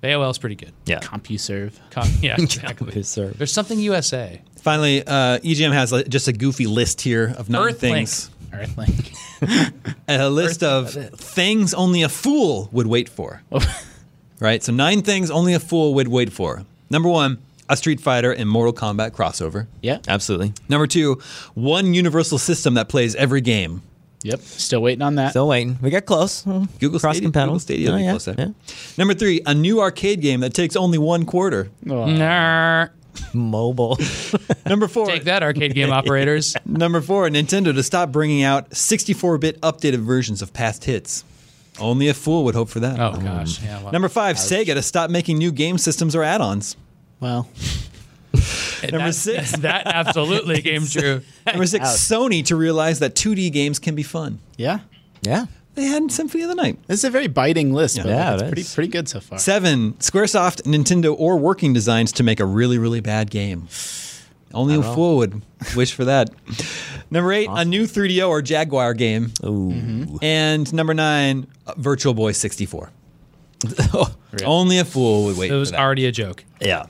S2: AOL is pretty good.
S6: Yeah.
S4: CompuServe.
S2: Com- yeah, exactly. There's something USA.
S1: Finally, uh, EGM has like, just a goofy list here of nine
S2: Earthlink.
S1: things.
S4: Earthlink.
S1: A list of things only a fool would wait for. right? So, nine things only a fool would wait for. Number one, a Street Fighter and Mortal Kombat crossover.
S4: Yeah.
S6: Absolutely.
S1: Number two, one universal system that plays every game.
S4: Yep. Still waiting on that.
S6: Still waiting. We got close.
S1: Google
S6: Crossing
S1: Stadia.
S6: pedal.
S1: Google Stadia would
S6: Oh,
S1: be
S6: yeah.
S1: close there.
S6: Yeah.
S1: Number three, a new arcade game that takes only one quarter.
S2: Nah.
S6: Mobile.
S1: Number four,
S2: Take that, arcade game operators.
S1: Number four, Nintendo to stop bringing out 64 bit updated versions of past hits. Only a fool would hope for that.
S2: Oh gosh. Yeah. Well,
S1: Number five, Sega to stop making new game systems or add ons.
S4: well,
S2: number
S1: six.
S2: That absolutely came true.
S1: Number six, Sony to realize that 2D games can be fun.
S4: yeah.
S6: yeah.
S1: They had Symphony of the Night.
S4: This is a very biting list, but like,
S6: Yeah,
S4: it's
S6: it
S4: pretty
S6: is.
S4: pretty good so far.
S1: Seven, Squaresoft, Nintendo, or Working Designs to make a really, really bad game. Only a fool would wish for that. Number eight, a new 3DO or Jaguar game.
S6: Ooh.
S2: Mm-hmm.
S1: And number nine, uh, Virtual Boy 64. Only a fool would wait
S2: It was
S1: for that.
S2: already a joke.
S6: Yeah.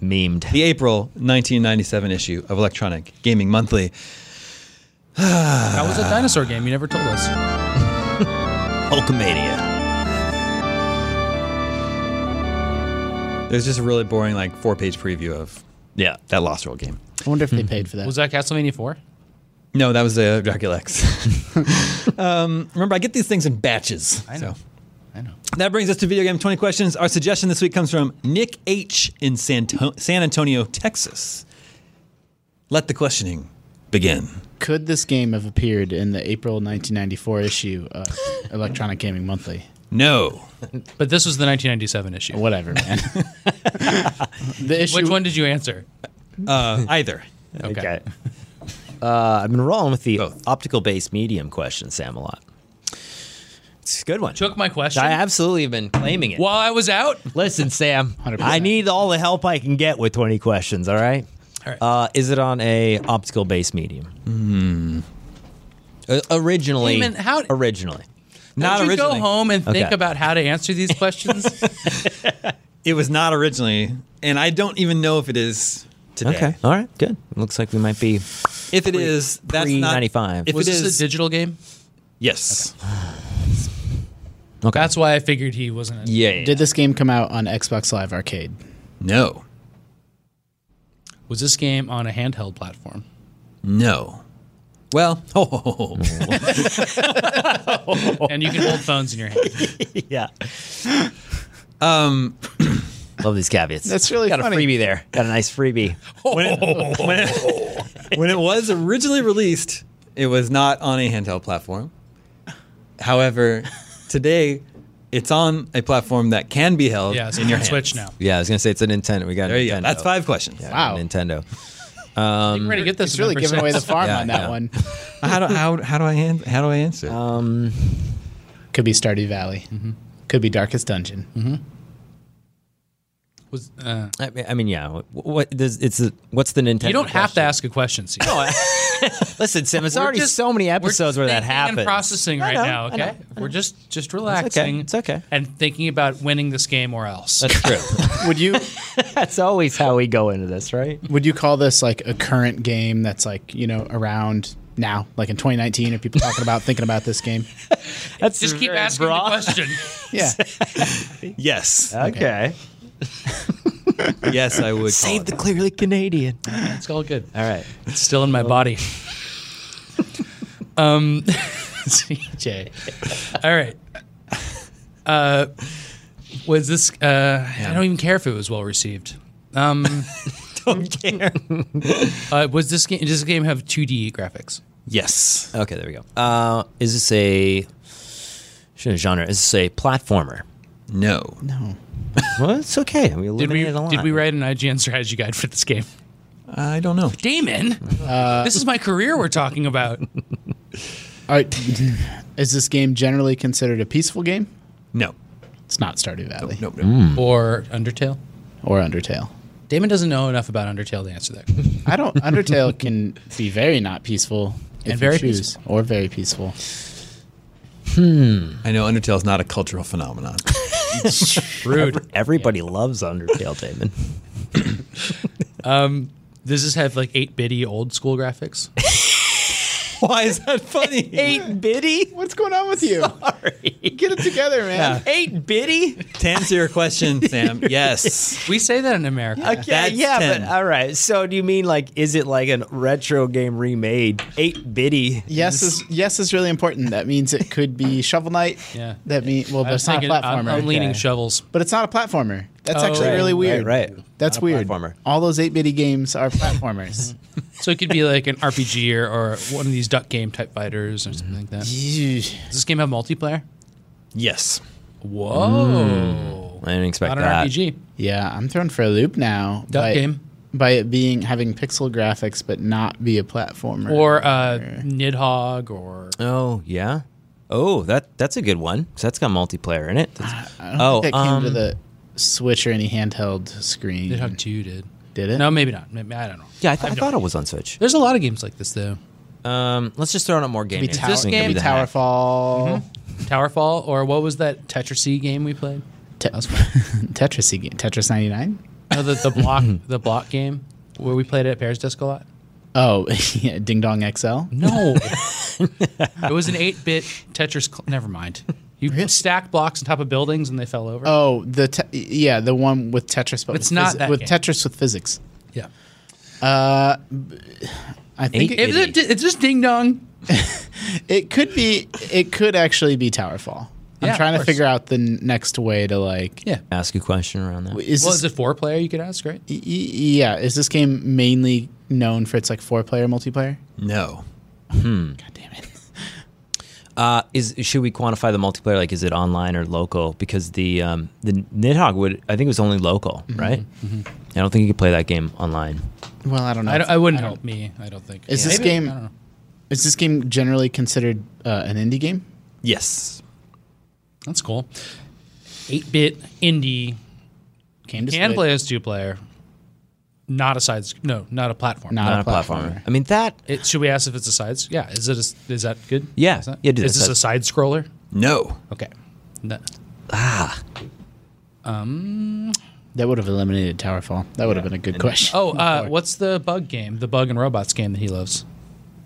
S6: Memed.
S1: the April 1997 issue of Electronic Gaming Monthly.
S2: That was a
S1: Uh.
S2: dinosaur game. You never told us.
S6: Hulkamania.
S1: There's just a really boring, like, four page preview of
S6: Yeah.
S1: that Lost World game.
S4: I wonder if
S6: Hmm.
S4: they paid for that.
S2: Was that Castlevania Four?
S1: No, that was the Dracula X. um, remember, I get these things in batches. I know.
S4: I know.
S1: That brings us to video game 20 questions. Our suggestion this week comes from Nick H. in San, San Antonio, Texas. Let the questioning begin.
S4: Could this game have appeared in the April 1994 issue of Electronic Gaming Monthly?
S1: No.
S2: But this was the 1997 issue.
S4: Whatever, man. the issue.
S2: Which one did you answer?
S1: Uh, either.
S2: Okay.
S6: Uh, I've been rolling with the optical based medium question, Sam, a lot. It's a good one.
S2: Took my question.
S6: I absolutely have been claiming it.
S2: While I was out,
S6: Listen, Sam,
S4: 100%.
S6: I need all the help I can get with 20 questions, all right?
S2: All right.
S6: Uh, is it on a optical based medium? Hmm. Uh, originally.
S2: Hey, man, how-
S6: originally.
S1: Not
S2: Don't you
S1: originally.
S2: go home and think
S6: Okay.
S2: about how to answer these questions?
S1: It was not originally, and I don't even know if it is today.
S6: Okay. All right. Good. Looks like we might be.
S1: If it is, that's not
S6: 95.
S1: If
S2: was
S1: it
S2: this
S1: is,
S2: a digital game?
S1: yes,
S6: Okay.
S2: That's why I figured he wasn't.
S6: yeah. yeah.
S4: Did this game come out on Xbox Live Arcade?
S1: no,
S2: Was this game on a handheld platform?
S1: no. Well, oh,
S4: Oh.
S2: And you can hold phones in your hand.
S6: yeah. Um, love these caveats.
S4: That's really
S6: Got
S4: funny.
S6: a freebie there. Got a nice freebie.
S1: when it was originally released, it was not on a handheld platform. However, today it's on a platform that can be held
S2: Yeah, it's
S1: in your
S2: on
S1: hand.
S2: Switch now.
S6: Yeah, I was gonna say it's a Nintendo. We got
S1: There
S6: a
S1: you
S6: Nintendo.
S1: go. That's five questions.
S4: Wow.
S6: Nintendo.
S2: I'm ready to get this.
S4: It's really giving away the farm
S1: Yeah,
S4: on that
S1: yeah.
S4: one.
S1: How do how, how do I hand, how do I answer?
S6: Uh,
S4: Could be Stardew Valley. Could be Darkest Dungeon.
S2: Was, uh,
S6: I mean, I mean yeah. What, what does it's a, what's the Nintendo?
S2: you don't have to
S6: question?
S2: ask a question. See,
S6: Listen, Sam. It's
S2: We're
S6: already
S2: just-
S6: so many
S2: we're
S6: episodes where
S2: just
S6: that
S2: thinking
S6: happens.
S2: And processing
S6: I
S2: right
S6: know,
S2: now,
S6: I
S2: okay?
S6: know,
S2: We're just just relaxing.
S6: It's okay.
S2: And thinking about winning this game or else.
S6: That's true.
S4: Would you
S6: That's always how we go into this, right?
S4: would you call this like a current game that's like you know around now, like in 2019, are people talking about thinking about this game?
S6: That's
S2: Just keep
S6: very
S2: asking
S6: broad.
S2: the question.
S4: Yeah,
S1: Yes.
S6: Okay.
S1: yes, I would. Call it.
S6: the clearly Canadian.
S2: it's all good.
S6: All right.
S2: It's still in my body. um, CJ. All right. Uh, was this? Uh, I don't even care if it was well received. Um,
S6: Don't care.
S2: uh, was this game? Does this game have 2D graphics?
S1: Yes.
S6: Okay, there we go. Uh, is this a shouldn't genre? Is this a platformer?
S1: No.
S6: Well, it's okay. We
S2: Did we,
S6: eliminated a lot.
S2: did we write an IGN strategy guide for this game?
S1: I don't know.
S2: Damon, Uh, this is my career we're talking about.
S4: All right. Is this game generally considered a peaceful game?
S1: No.
S4: It's not Stardew Valley
S1: Nope. No.
S2: or Undertale.
S4: or Undertale.
S2: Damon doesn't know enough about Undertale to answer that.
S4: I don't. Undertale can be very not peaceful if
S2: And
S4: you
S2: very
S4: choose, or very peaceful.
S1: I know Undertale's not a cultural phenomenon.
S2: Rude.
S6: Everybody loves Undertale, Damon.
S2: Does this have like 8 bitty old school graphics?
S1: Why is that funny?
S6: Eight bitty.
S4: What's going on with you? Get it together, man.
S6: Eight bitty.
S1: to answer your question, Sam, yes.
S2: We say that in America.
S6: Yeah,
S1: That's
S6: yeah,
S1: 10.
S6: but all right. So do you mean like is it like a retro game remade? Eight bitty.
S4: Yes is yes is really important. That means it could be Shovel Knight.
S2: Yeah.
S4: That means well,
S2: I was
S4: that's not a
S2: thinking- I'm,
S4: platformer.
S2: I'm leaning
S4: Okay.
S2: shovels.
S4: But it's not a platformer. That's
S2: Oh,
S4: actually
S2: right,
S4: really
S6: right,
S4: weird.
S6: right.
S4: That's
S6: Not a
S4: weird.
S6: platformer.
S4: All those eight bitty games are platformers.
S2: So it could be like an RPG or, or one of these duck game type fighters or something like that. Does
S4: Yeesh.
S2: this game have multiplayer?
S1: Yes.
S2: Whoa.
S6: I didn't expect
S2: Not an
S6: that.
S2: RPG.
S4: yeah, I'm thrown for a loop now.
S2: Duck
S4: by,
S2: game.
S4: by it being having pixel graphics but not be a platformer.
S2: Or uh, Nidhogg or.
S6: Oh yeah. Oh, that that's a good one. So that's got multiplayer in it. That's-
S4: I don't
S6: oh,
S4: think that came to
S6: um,
S4: the Switch or any handheld screen.
S2: Nidhogg 2 did.
S4: Did it?
S2: No, maybe not. Maybe, I don't know.
S6: yeah, I, th- I thought it was on Switch.
S2: There's a lot of games like this, though.
S6: Um, let's just throw out more
S4: Could
S6: game
S4: be
S6: names.
S4: tower,
S2: This
S6: This game
S2: game-
S4: could be Towerfall.
S2: Mm-hmm. Towerfall or what was that Tetra C game we played?
S4: Te-
S2: That was fun.
S4: Tetris again. Tetris 99.
S2: no, the, the block the block game where we played it at Paris Disc a lot.
S4: Oh, yeah, Ding Dong XL.
S2: No, it was an eight bit Tetris. Cl- Never mind. You stack blocks on top of buildings and they fell over.
S4: Oh, the te- yeah, the one with Tetris, but
S2: It's
S4: with
S2: not
S4: physi-
S2: that
S4: with
S2: game.
S4: Tetris with physics.
S2: yeah.
S4: I think
S6: Eight
S4: it,
S2: Is it, it's just ding dong.
S4: it could be. It could actually be Towerfall.
S2: Yeah,
S4: I'm
S2: of
S4: trying to
S2: course.
S4: figure out the n- next way to like.
S2: Yeah.
S6: Ask a question around that.
S4: Is
S2: Well,
S4: this,
S2: is it four player? You could ask, right?
S4: y- y- yeah, is this game mainly known for its like four player multiplayer?
S1: No.
S4: God damn it!
S6: Uh, is should we quantify the multiplayer? Like, is it online or local? Because the um, the Nidhogg would I think it was only local,
S4: Mm-hmm,
S6: right? I don't think you could play that game online.
S4: Well, I don't know.
S2: I, don't, I wouldn't help me. I don't think.
S4: Is this
S2: Maybe.
S4: game-
S2: I don't know.
S4: Is this game generally considered uh, an indie game?
S1: Yes.
S2: That's cool. Eight bit indie
S4: Game to
S2: can
S4: Switch.
S2: play as two player. Not a side. sc- No, not a platform.
S6: Not
S4: Not a
S6: a platformer.
S4: platformer.
S6: I mean that.
S2: It, should we ask if it's a side? s- Yeah. Is it? A, s- is that good?
S6: Yeah.
S2: Is that-
S6: Yeah, do
S2: Is
S6: that.
S2: this a side scroller?
S1: No.
S2: Okay. No.
S4: That would have eliminated Towerfall. That would have been a good question.
S2: Oh, uh, what's the bug game? The bug and robots game that he loves.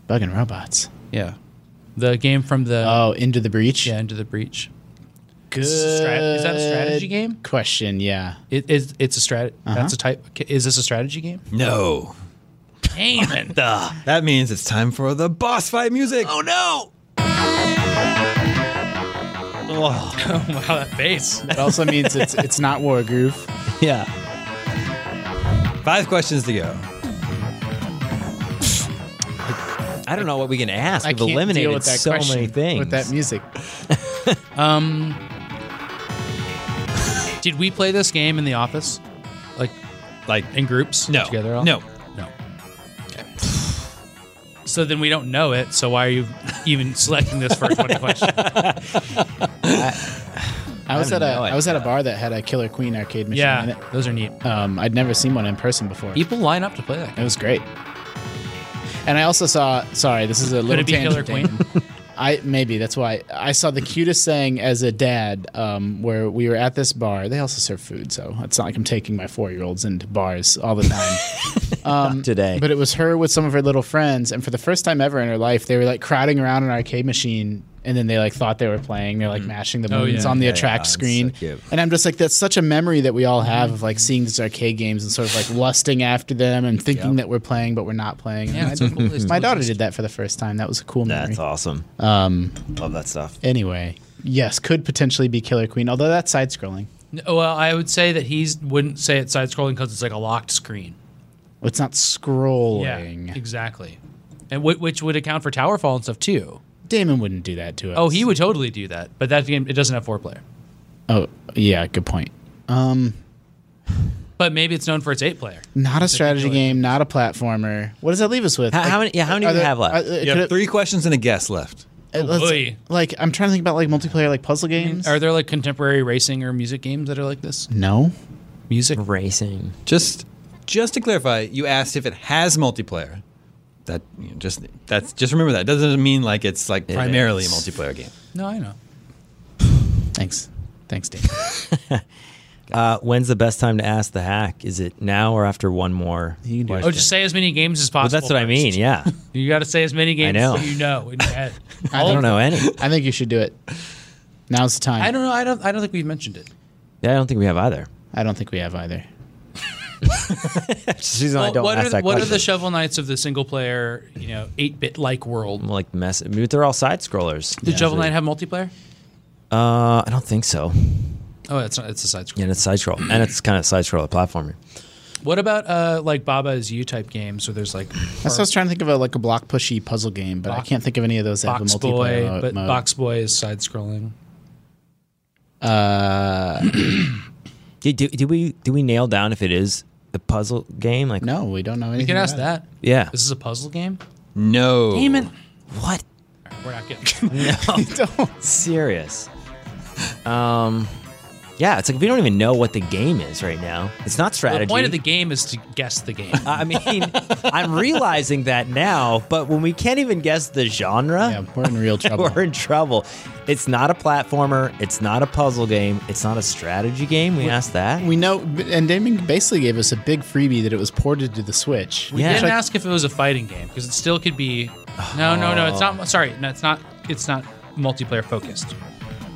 S4: Bug and robots.
S2: Yeah. The game from the
S4: Oh, Into the Breach.
S2: yeah, Into the Breach.
S4: good.
S2: Is, this a strat- is that a strategy game?
S4: Question. Yeah.
S2: It is. It's a strat. That's a type. Is this a strategy game?
S1: No.
S2: Damn.
S1: That means it's time for the boss fight music.
S6: Oh no!
S2: oh wow, that face.
S4: It also means it's it's not War Groove.
S6: Yeah.
S1: Five questions to go.
S6: I don't know what we can ask.
S4: I
S6: We've
S4: can't
S6: eliminated
S4: deal with that
S6: so
S4: question
S6: many things.
S4: with that music.
S2: Did we play this game in the office, like
S1: Like,
S2: in groups?
S1: no.
S2: Together? at all?
S1: No.
S2: No. So then we don't know it. So why are you even selecting this for a 20 question?
S4: I was at
S6: have
S4: a
S6: no
S4: I was at a bar that had a Killer Queen arcade machine in
S2: yeah,
S4: it.
S2: those are neat.
S4: Um, I'd never seen one in person before. It
S2: Uh, People line up to play that. Game.
S4: was great. And I also saw. Sorry, this is a little
S2: it be Killer
S4: tangent, Damon. I maybe that's why I saw the cutest thing as a dad, um, where we were at this bar. They also serve food, so it's not like I'm taking my four year olds into bars all the time. um,
S6: Today.
S4: but it was her with some of her little friends, and for the first time ever in her life, they were like crowding around an arcade machine, and then they like thought they were playing. They're like mashing the buttons
S2: Mm. Oh, yeah.
S4: on the
S6: Yeah,
S4: attract
S6: it's so
S4: screen,
S6: cute.
S4: and I'm just like, that's such a memory that we all have of like seeing these arcade games and sort of like lusting after them and thinking that we're playing but we're not playing.
S2: Yeah,
S4: And
S2: it's
S4: my-
S2: a cool place to
S4: my
S2: look
S4: daughter
S2: at.
S4: did that for the first time. That was a cool memory.
S6: That's awesome.
S4: Um,
S6: Love that stuff.
S4: anyway, yes, could potentially be Killer Queen, although that's side scrolling.
S2: N- Well, I would say that he wouldn't say it's side scrolling because it's like a locked screen.
S4: It's not scrolling.
S2: Yeah, exactly. And w- which would account for tower fall and stuff too.
S4: Damon wouldn't do that to us.
S2: Oh, he would totally do that, but that game it doesn't have four player.
S4: Oh, yeah, good point. Um,
S2: But maybe it's known for its eight player.
S4: not a strategy game, not a platformer. What does that leave us with?
S6: How, how many? Yeah, how many do
S4: are
S6: you
S4: there-
S6: have
S4: are-
S6: left?
S4: uh,
S1: You
S4: could
S1: have
S4: it-
S1: three questions and a guess left.
S4: uh, let's-
S2: boy.
S4: like I'm trying to think about like multiplayer, like puzzle games.
S2: Are there like contemporary racing or music games that are like this?
S4: no,
S2: Music.
S6: Racing.
S1: Just just to clarify, you asked if it has multiplayer. That you know, just that's just remember that. doesn't mean like it's like primarily
S6: is.
S1: a multiplayer game.
S2: No, I know.
S4: thanks, thanks, Damon.
S6: Uh, when's the best time to ask the hack? Is it now or after one more?
S4: You can do it.
S2: Oh, just say as many games as
S6: Well,
S2: possible.
S6: that's what I
S2: first.
S6: mean. Yeah,
S2: You got to say as many games
S6: know.
S2: as you know in your head.
S6: I don't know any.
S4: I think you should do it. Now's the time.
S2: I don't know. I don't. I don't think we've mentioned it.
S6: Yeah, I don't think we have either.
S4: I don't think we have either.
S6: She's
S2: Well, what are, the- what are the shovel knights of the single player, you know, eight bit like world?
S6: like mess. But they're all side scrollers.
S2: Did Shovel Knight have multiplayer?
S6: Uh, I don't think so.
S2: Oh, it's not. It's a side
S6: Yeah,
S2: scroll.
S6: and it's side scroll, and it's kind of side scroller platformer.
S2: What about uh, like Baba is You type games where there's like
S4: That's what I was trying to think of a, like a block pushy puzzle game, but I
S2: Box-
S4: can't think of any of those that
S2: Box
S4: have a multiplayer
S2: Boy,
S4: mo-
S2: but
S4: mode.
S2: Box Boy is side scrolling.
S6: Did, did, did we do we nail down if it is the puzzle game? Like
S4: No, we don't know anything.
S2: You can ask
S4: about it.
S2: that.
S6: Yeah.
S2: This is a puzzle game.
S1: No.
S2: Damon.
S6: what?
S2: We're not getting.
S6: Serious. Um, yeah, it's like we don't even know what the game is right now. It's not strategy.
S2: the point of the game is to guess the game.
S6: I mean, I'm realizing that now, but when we can't even guess the genre,
S4: Yeah, we're in real trouble.
S6: we're in trouble. It's not a platformer. It's not a puzzle game. It's not a strategy game. We asked that.
S4: we know, and Damon basically gave us a big freebie that it was ported to the Switch.
S2: We
S6: Yeah.
S2: didn't
S6: Like-
S2: ask if it was a fighting game because it still could be. No, no, no. It's not. Sorry, no. It's not. It's not multiplayer focused.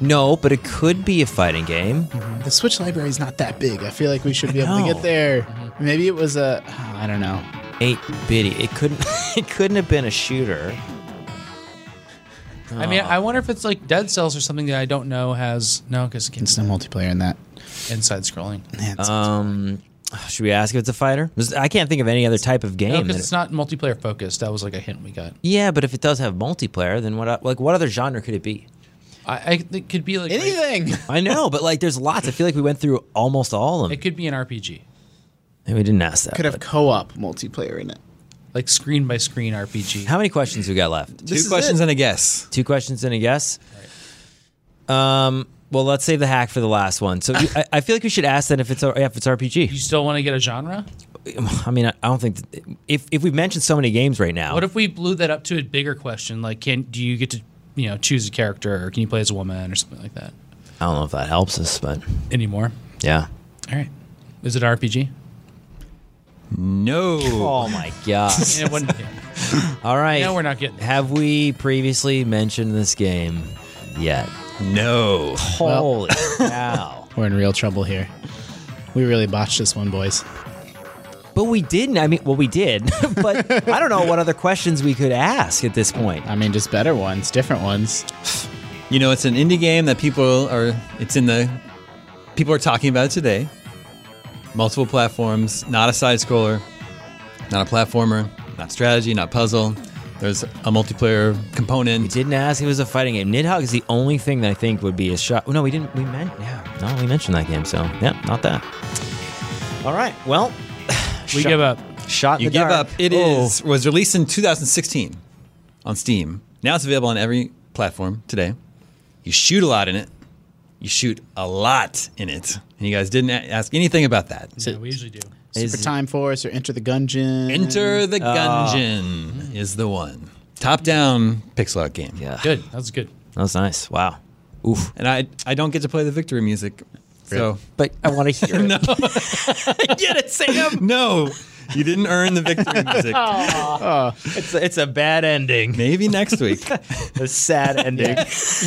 S6: no, but it could be a fighting game.
S4: The Switch library is not that big. I feel like we should be able
S6: know.
S4: to get there. Maybe it was a, I don't know.
S6: Eight bitty. It couldn't. It couldn't have been a shooter.
S2: I mean, I wonder if it's like Dead Cells or something that I don't know has no because
S4: It's no multiplayer in that.
S2: inside scrolling.
S4: Man, it's-
S6: Um, should we ask if it's a fighter? I can't think of any other type of game.
S2: No,
S6: that
S2: because
S6: it-
S2: it's not multiplayer focused. That was like a hint we got.
S6: yeah, but if it does have multiplayer, then what? o- Like, what other genre could it be?
S2: I, I it could be like
S4: anything.
S6: I know, but like, there's lots. I feel like we went through almost all of
S2: It
S6: them.
S2: could be an RPG,
S6: Maybe we didn't ask that.
S4: Could have
S6: but-
S4: co op multiplayer in it.
S2: like screen by screen RPG.
S6: How many questions we got left?
S1: Two questions and a guess.
S6: Two questions and a guess. Um. Well, let's save the hack for the last one. So you, I, I feel like we should ask then if it's a- if it's
S2: you
S6: RPG.
S2: still want to get a genre?
S6: I mean, I, I don't think that, if if we've mentioned so many games right now.
S2: What if we blew that up to a bigger question? Like, can do you get to you know choose a character or can you play as a woman or something like that
S6: I don't know if that helps us, but
S2: anymore?
S6: yeah.
S2: All right, is it RPG?
S1: No.
S6: Oh my god.
S2: Yeah, it wouldn't be.
S6: All right.
S2: No, we're not getting it.
S6: Have we previously mentioned this game yet?
S1: No.
S6: Holy cow.
S4: We're in real trouble here. We really botched this one, boys.
S6: But we didn't. I mean, well, we did. but I don't know what other questions we could ask at this point.
S4: I mean, just better ones, different ones.
S1: You know, it's an indie game that people are. It's in the. People are talking about it today. Multiple platforms. Not a side scroller. Not a platformer. Not strategy. Not puzzle. There's a multiplayer
S6: We
S1: component.
S6: didn't ask if it was a fighting game. Nidhogg is the only thing that I think would be a shot. Oh, No, we didn't. We meant, yeah. No, we mentioned that game. So, yeah, not that. All right. Well,
S2: We
S6: shot-
S2: give up.
S6: Shot in
S1: You
S6: the
S1: give
S6: dark.
S1: up. It
S6: Oh.
S1: is was released in 2016 on Steam. Now it's available on every platform today. You shoot a lot in it. You shoot a lot in it. And you guys didn't a- ask anything about that.
S2: Yeah, we usually do.
S6: Is
S4: Super
S6: it- Mm. Oh.
S4: Time Force or Enter the Gungeon.
S1: Enter the Gungeon is the one. top-down pixel art game.
S6: Yeah.
S2: Good. That was good.
S6: That was nice. Wow. Oof.
S1: And I I don't get to play the victory music. So
S6: But I want to hear it. no. Get it, Sam.
S1: no, you didn't earn the victory music.
S6: It's a, it's a bad ending.
S1: Maybe next week.
S6: A sad ending.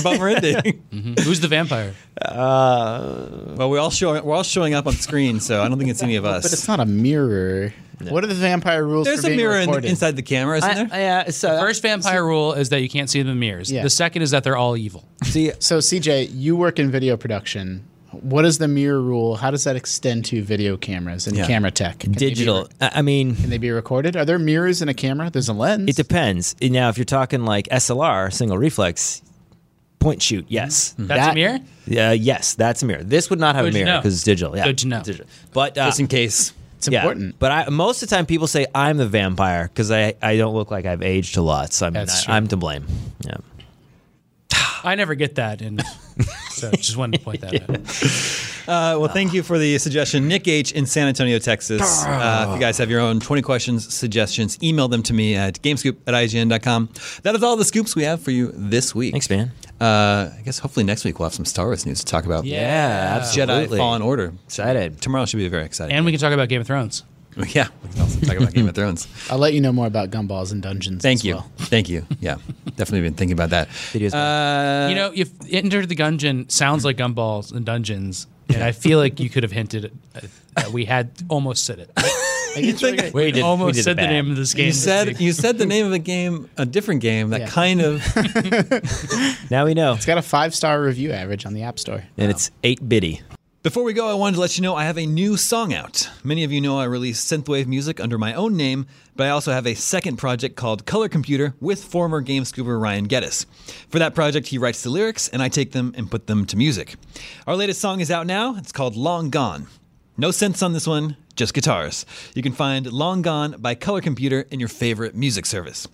S1: Bummer ending.
S2: Who's the vampire?
S1: Well, we all show, we're all showing up on screen, so I don't think it's any of us.
S4: But it's not a mirror. What are the vampire rules
S1: There's
S4: for
S1: a
S4: being
S1: mirror in,
S4: recorded?
S1: inside the camera, isn't there?
S6: yeah. uh, So
S2: First vampire rule is that you can't see them in mirrors.
S4: Yeah.
S2: The second is that they're all evil.
S6: see,
S4: So CJ, you work in video production. What is the mirror rule? How does that extend to video cameras and
S1: Yeah.
S4: camera tech? Can they be
S6: uh, digital. I I mean,
S4: Can they be recorded? Are there mirrors in a camera? There's a lens.
S6: It depends. Now, if you're talking like SLR, single reflex, point shoot, yes.
S2: That's
S4: That-
S2: a mirror?
S6: Yeah, yes, that's a mirror. This would not have
S2: Good
S6: a
S2: to
S6: mirror
S2: know.
S6: because it's digital. Yeah,
S2: Good to know.
S6: Digital. But uh,
S1: Just in case.
S4: It's important.
S6: But I, most of the time, people say I'm the vampire because I, I don't look like I've aged a lot. So I mean,
S2: That's
S6: I,
S2: true.
S6: I'm to blame. Yeah.
S2: I never get that. And so just wanted to point that out.
S1: Uh, well, thank you for the suggestion, Nick H. in San Antonio, Texas. Uh, if you guys have your own 20 questions, suggestions, email them to me at gamescoop at IGN.com. That is all the scoops we have for you this week.
S6: Thanks, man.
S1: Uh, I guess hopefully next week we'll have some Star Wars news to talk about.
S6: Yeah,
S1: Jedi
S6: absolutely.
S1: Fallen Order.
S6: Excited.
S1: Tomorrow should be very exciting.
S2: And we can talk about Game of Thrones.
S1: yeah, we can also talk about Game of Thrones.
S4: I'll let you know more about gumballs and dungeons.
S1: Thank
S4: as
S1: you.
S4: well.
S1: Thank you. Yeah, definitely been thinking about that.
S6: Videos.
S1: Uh,
S2: you know, if Enter the Gungeon sounds like Gumballs and Dungeons, and I feel like you could have hinted uh, that we had almost said it.
S1: you think I-
S2: We
S6: did-
S2: almost
S6: we did it
S2: said the
S6: bad.
S2: name of this game.
S1: you said you said the name of a game, a different game that
S4: Yeah.
S1: kind of
S6: now we know,
S4: It's got a five star review average on the App Store.
S6: and it's eight bitty.
S1: Before we go, I wanted to let you know I have a new song out. Many of you know I release synthwave music under my own name, but I also have a second project called Color Computer with former game scooper Ryan Geddes. For that project, he writes the lyrics, and I take them and put them to music. Our latest song is out now. It's called Long Gone. No synths on this one, just guitars. You can find Long Gone by Color Computer in your favorite music service.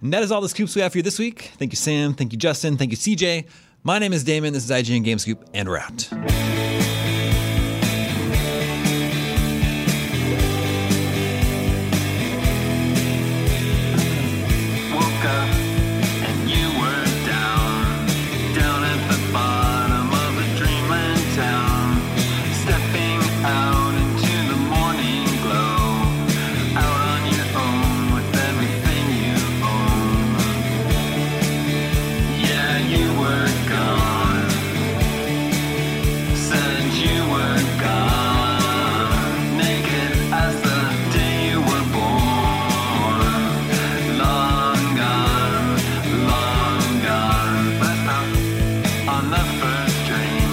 S1: And that is all the scoops we have for you this week. Thank you, Sam. Thank you, Justin. Thank you, CJ. My name is Damon. This is IGN Game Scoop, and we're out.
S3: woke up and you were down, down at the bottom of a dreamland town. Stepping out into the morning glow, out on your own with everything you own. Yeah, you were gone. Said you were gone, naked as the day you were born. Long gone, long gone. Last out on the first train.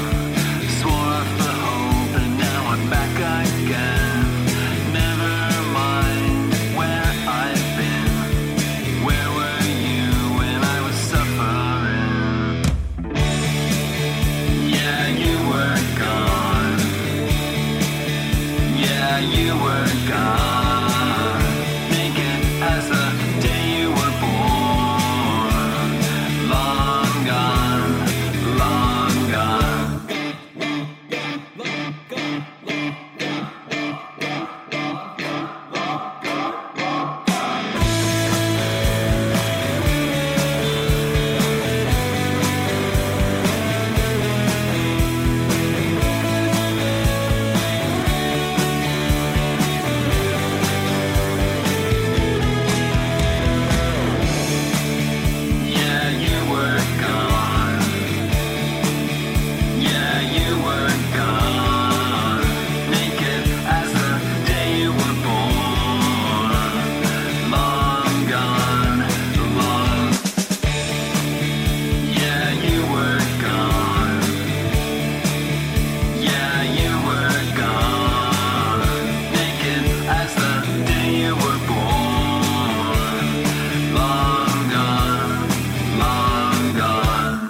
S3: Swore off the hope, and now I'm back again. Never mind where I've been. Where were you when I was suffering? Yeah, you were gone. Yeah, you were gone. Naked as the day you were born. Long gone, long gone. Yeah, you were gone. Yeah, you were gone. Naked as the day you were born. Long gone, long. Yeah, you were gone. Yeah, you were gone. Naked as the day you were born. Long gone, long gone.